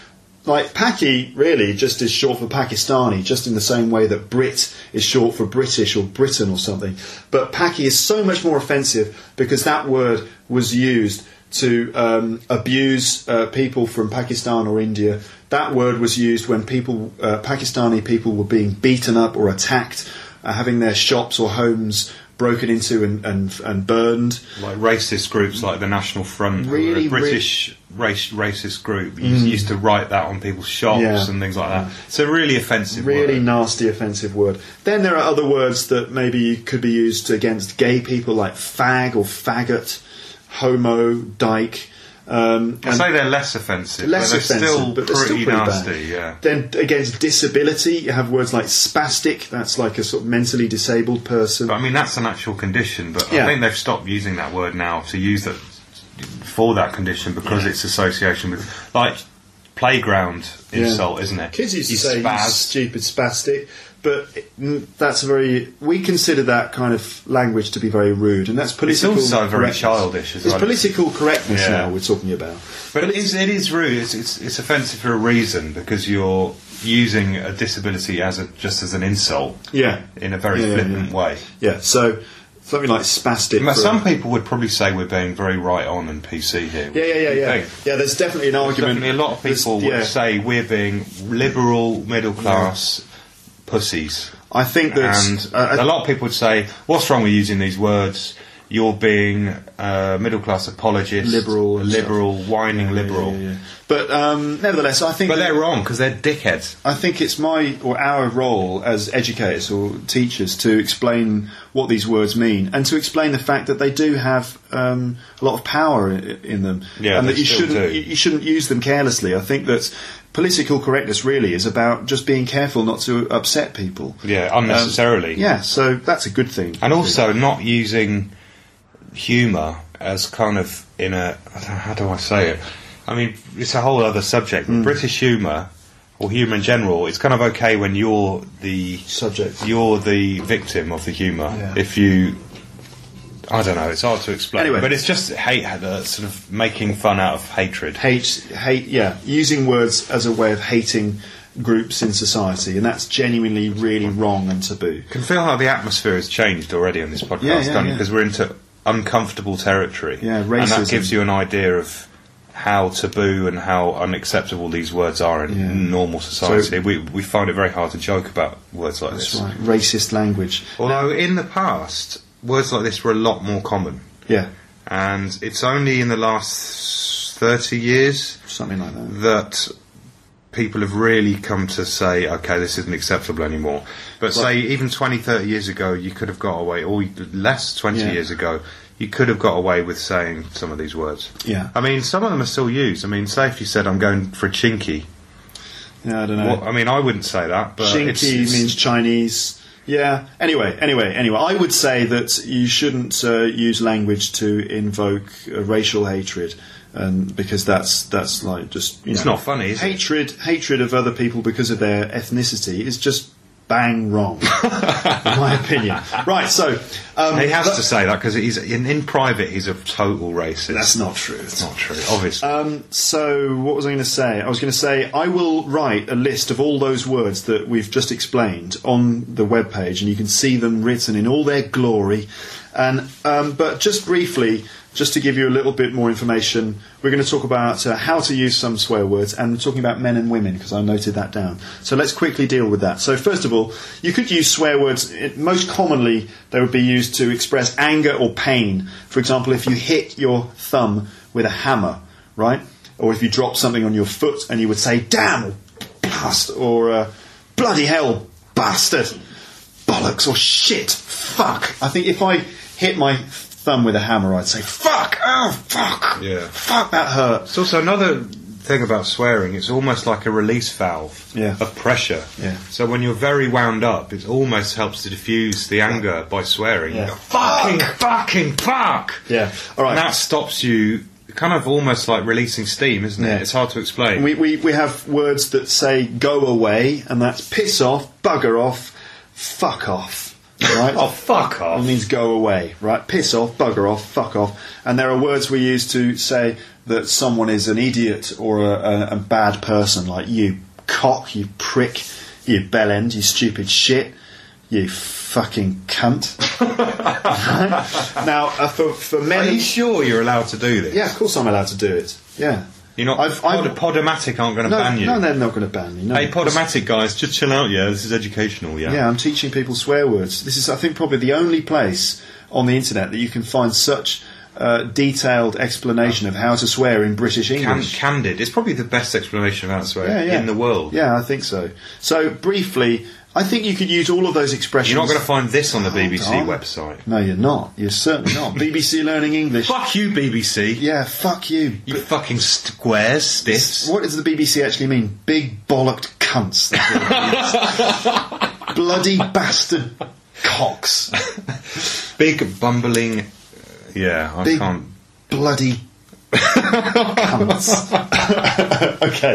like Paki really just is short for Pakistani, just in the same way that Brit is short for British or Britain or something. But Paki is so much more offensive because that word was used to um, abuse uh, people from Pakistan or India. That word was used when people, uh, Pakistani people, were being beaten up or attacked, uh, having their shops or homes broken into and, and, and burned. like racist groups like the National Front, who Really, were re- a British race racist group, used, used to write that on people's shops Yeah. and things like that. It's a really offensive. Really word. nasty, offensive word. Then there are other words that maybe could be used against gay people, like fag or faggot, homo, dyke. Um, I and- say they're less offensive, but less they're offensive, still but they're pretty, still pretty nasty. bad. Yeah. Then against disability, you have words like spastic. That's like a sort of mentally disabled person. But I mean, that's an actual condition. But Yeah. I think they've stopped using that word now to use that for that condition because its association with like playground Yeah. insult, isn't it? Kids used to You say "You spaz. stupid spastic, but mm, that's a very. We consider that kind of language to be very rude, and that's It's political. also very correctness. childish as It's well. political correctness Yeah. now we're talking about. But it is, it is rude. It's, it's, it's offensive for a reason because you're using a disability as a, just as an insult. Yeah. In a very Yeah, yeah, flippant yeah. way. Yeah, so something like spastic. Now, for- some people would probably say we're being very right on and PC here. yeah, yeah, yeah, You yeah. think? Yeah, there's definitely an argument. Definitely a lot of There's- people yeah. would say we're being liberal, middle class pussies. I think that's and uh, a lot of people would say, "What's wrong with using these words? You're being a middle class apologist, Liberal a and stuff." liberal, whining liberal." But um, nevertheless, I think But they're wrong because they're dickheads. I think it's my or our role as educators or teachers to explain what these words mean and to explain the fact that they do have um, a lot of power in, in them, Yeah, and they that you still shouldn't do. you, you shouldn't use them carelessly. I think that political correctness really is about just being careful not to upset people. Yeah, unnecessarily. Um, Yeah, so that's a good thing. and also not using humour as kind of in a I don't know, how do I say it? I mean, it's a whole other subject. Hmm. But British humour or humour in general, it's kind of okay when you're the Subject. You're the victim of the humour. Yeah. If you, I don't know, it's hard to explain. Anyway. but it's just hate, uh, sort of making fun out of hatred. hate, hate, yeah, using words as a way of hating groups in society, and that's genuinely really wrong and taboo. can feel how the atmosphere has changed already on this podcast, Yeah, yeah, can't you? yeah. Because we're into uncomfortable territory. Yeah, And racism. that gives you an idea of how taboo and how unacceptable these words are in Yeah. normal society. So- we, we find it very hard to joke about words like That's this. right, racist language. Although in the past, words like this were a lot more common. Yeah, And it's only in the last 30 years something like that. that people have really come to say, okay, this isn't acceptable anymore. But say, even 20, 30 years ago, you could have got away, or less 20 Yeah. years ago, you could have got away with saying some of these words. Yeah. I mean, some of them are still used. I mean, say if you said, I'm going for a chinky. Yeah, I don't know. Well, I mean, I wouldn't say that, but. Shinky it's- it's- means Chinese. Yeah. Anyway, anyway, anyway, I would say that you shouldn't uh, use language to invoke uh, racial hatred, um, because that's that's like just you It's know, not funny, is it? hatred hatred of other people because of their ethnicity is just bang wrong, [LAUGHS] in my opinion. Right. So um, he has that- to say that because he's in, in private. He's a total racist. That's not true. That's not true. Obviously, Um, so, what was I going to say? I was going to say I will write a list of all those words that we've just explained on the web page, and you can see them written in all their glory. And um, but just briefly, just to give you a little bit more information, we're going to talk about uh, how to use some swear words, and we're talking about men and women because I noted that down. So let's quickly deal with that. So first of all, you could use swear words. It, most commonly, they would be used to express anger or pain. For example, if you hit your thumb with a hammer right? Or if you drop something on your foot and you would say, damn, bast, or uh, bloody hell, bastard, bollocks, or shit, fuck. I think if I hit my thumb with a hammer, I'd say, fuck, oh, fuck, Yeah. fuck, that hurt. It's also another thing about swearing. It's almost like a release valve Yeah. of pressure. Yeah. So when you're very wound up, it almost helps to diffuse the anger by swearing. You Yeah. go, fucking, fucking, fuck. Yeah, all right. And that stops you. Kind of almost like releasing steam, isn't it? Yeah. It's hard to explain. We, we, we have words that say go away, and that's piss off, bugger off, fuck off. Right? [LAUGHS] Oh, fuck off. It means go away, right? Piss off, bugger off, fuck off. And there are words we use to say that someone is an idiot or a, a, a bad person, like you cock, you prick, you bell end, you stupid shit, you fucking cunt. [LAUGHS] Right? Now, uh, for, for Are men. you sure you're allowed to do this? Yeah, of course I'm allowed to do it. Yeah. You're not. I've- Pod- I've- Podomatic aren't going to no, ban you. no, they're not going to ban me. No. Hey, Podomatic guys, just chill out. Yeah, this is educational. Yeah. Yeah, I'm teaching people swear words. This is, I think, probably the only place on the internet that you can find such uh, detailed explanation of how to swear in British Cam- English. candid. It's probably the best explanation of how to swear yeah, yeah. in the world. Yeah, I think so. So, briefly, I think you could use all of those expressions. You're not going to find this on the Hold BBC on. website. No, you're not. You're [LAUGHS] certainly not. BBC Learning English. Fuck you, BBC. Yeah, fuck you. You fucking squares, stiffs. What does the BBC actually mean? Big bollocked [LAUGHS] cunts. That's what it means. Bloody bastard cocks. Big bumbling. uh, Yeah, I Big- can't. bloody cunts. [LAUGHS] okay,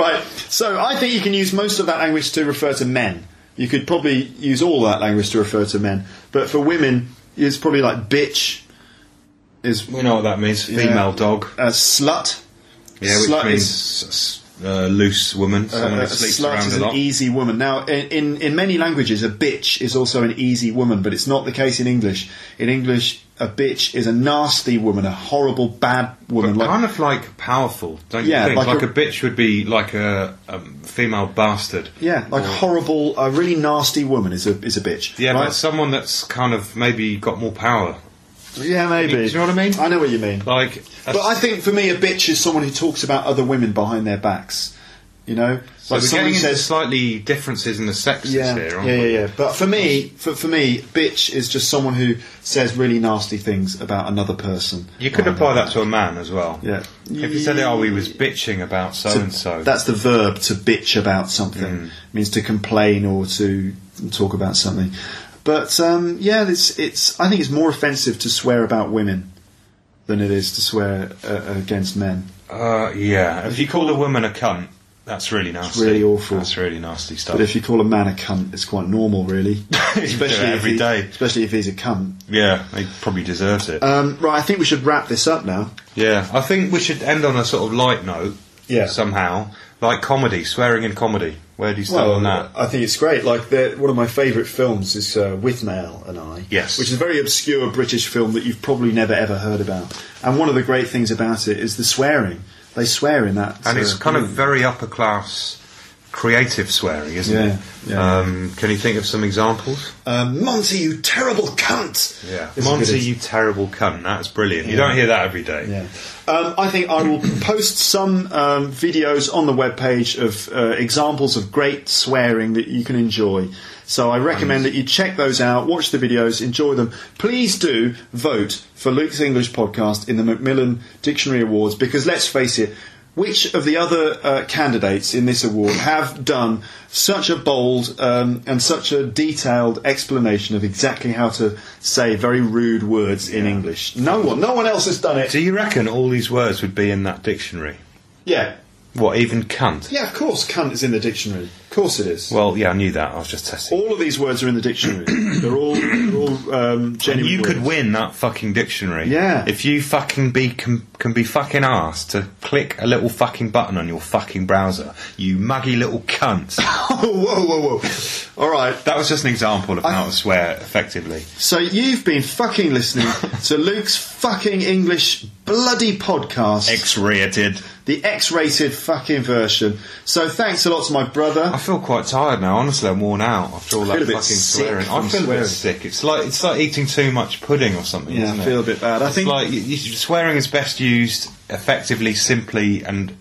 right. So I think you can use most of that language to refer to men. You could probably use all that language to refer to men, but for women, it's probably like bitch is We know what that means. Female dog. a uh, slut. Yeah, which slut means is- s- s- uh, loose woman, someone a who sleeps slut around is a an e- lot. easy woman. Now, in, in, in many languages, a bitch is also an easy woman, but it's not the case in English. In English, a bitch is a nasty woman, a horrible, bad woman. But like- kind of like powerful, don't Yeah, you think? like Like, a- a, bitch would be like a, a female bastard. Yeah, like horrible, a really nasty woman is a is a bitch. Yeah, right? but someone that's kind of maybe got more power. yeah, maybe. Do you know what I mean? I know what you mean. Like, a but I think for me, a bitch is someone who talks about other women behind their backs. You know, So we're someone getting who into slightly differences in the sexes yeah, here, aren't yeah, yeah, we? yeah. But for me, for, for me, bitch is just someone who says really nasty things about another person. You could behind apply their that to a man as well. Yeah. If you said, "Oh, we was bitching about so to- and so," Mm. That's the verb to bitch about something. means to complain or to talk about something. But um, yeah, it's it's. I think it's more offensive to swear about women than it is to swear uh, against men. uh, yeah. If you call a woman a cunt, that's really nasty. really awful. That's really nasty stuff. But if you call a man a cunt, it's quite normal, [LAUGHS] really. do it if every he- day. Especially if he's a cunt. yeah, he probably deserves it. Um, right, I think we should wrap this up now. yeah, I think we should end on a sort of light note. Yeah. Somehow, like comedy, swearing in comedy. Where do you stand on that? I think it's great. Like the, one of my favourite films is uh, Withnail and I. Yes. which is a very obscure British film that you've probably never ever heard about. And one of the great things about it is the swearing. They swear in that, and uh, it's kind of movie. very upper class, creative swearing, isn't Yeah, it? yeah. Um, can you think of some examples? um, Monty, you terrible cunt. Yeah, It's a Monty, good- you terrible cunt. That's brilliant. You Yeah. don't hear that every day. Yeah. Um, I think I will post some um, videos on the webpage of uh, examples of great swearing that you can enjoy. So I recommend that you check those out, watch the videos, enjoy them. Please do vote for Luke's English podcast in the Macmillan Dictionary Awards because let's face it, which of the other uh, candidates in this award have done such a bold um, and such a detailed explanation of exactly how to say very rude words in English? No one. No one else has done it. Do you reckon all these words would be in that dictionary? Yeah. What, even cunt? Yeah, of course, cunt is in the dictionary. Of course it is. Well, yeah, I knew that. I was just testing. All of these words are in the dictionary. [COUGHS] they're all, they're all um, And genuine. you words. could [LAUGHS] win that fucking dictionary. Yeah. If you fucking be can, can be fucking asked to click a little fucking button on your fucking browser, you muggy little cunt. Oh, whoa, whoa, whoa! All right. That was just an example of how to swear effectively. So you've been [LAUGHS] fucking listening to Luke's fucking English bloody podcast. X-rated. The X-rated fucking version. So thanks a lot to my brother. I feel quite tired now. Honestly, I'm worn out after all I that feel fucking a bit sick swearing. I from feel a swearing. bit sick. It's like it's like eating too much pudding or something. Yeah, isn't I feel it? a bit bad. I It's think- like you, you, swearing is best used effectively, simply, and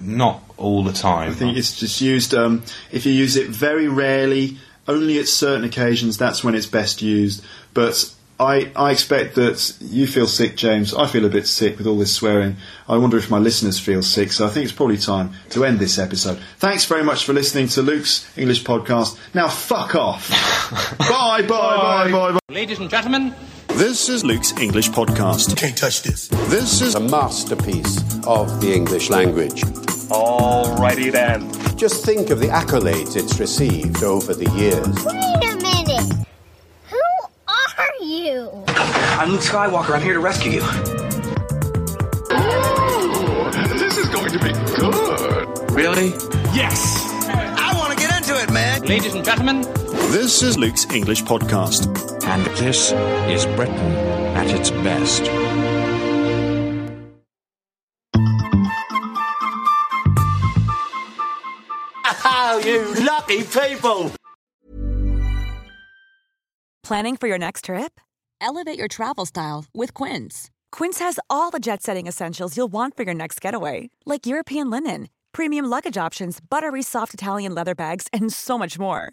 not all the time. I think it's just used. Um, if you use it very rarely, only at certain occasions, that's when it's best used. But I, I expect that you feel sick, James. I feel a bit sick with all this swearing. I wonder if my listeners feel sick. So I think it's probably time to end this episode. Thanks very much for listening to Luke's English podcast. Now fuck off. [LAUGHS] bye, bye, bye, bye, bye. Ladies and gentlemen, This is Luke's English podcast. Can't touch this. This is A masterpiece of the English language. Alrighty then. Just think of the accolades it's received over the years. Wait a minute. Who are you? I'm Luke Skywalker. I'm here to rescue you. This is going to be good. Really? Yes. I want to get into it, man. ladies and gentlemen, This is Luke's English podcast. And this is Britain at its best. Oh, you lucky people. Planning for your next trip? Elevate your travel style with Quince. Quince has all the jet setting essentials you'll want for your next getaway, like European linen, premium luggage options, buttery soft Italian leather bags, and so much more.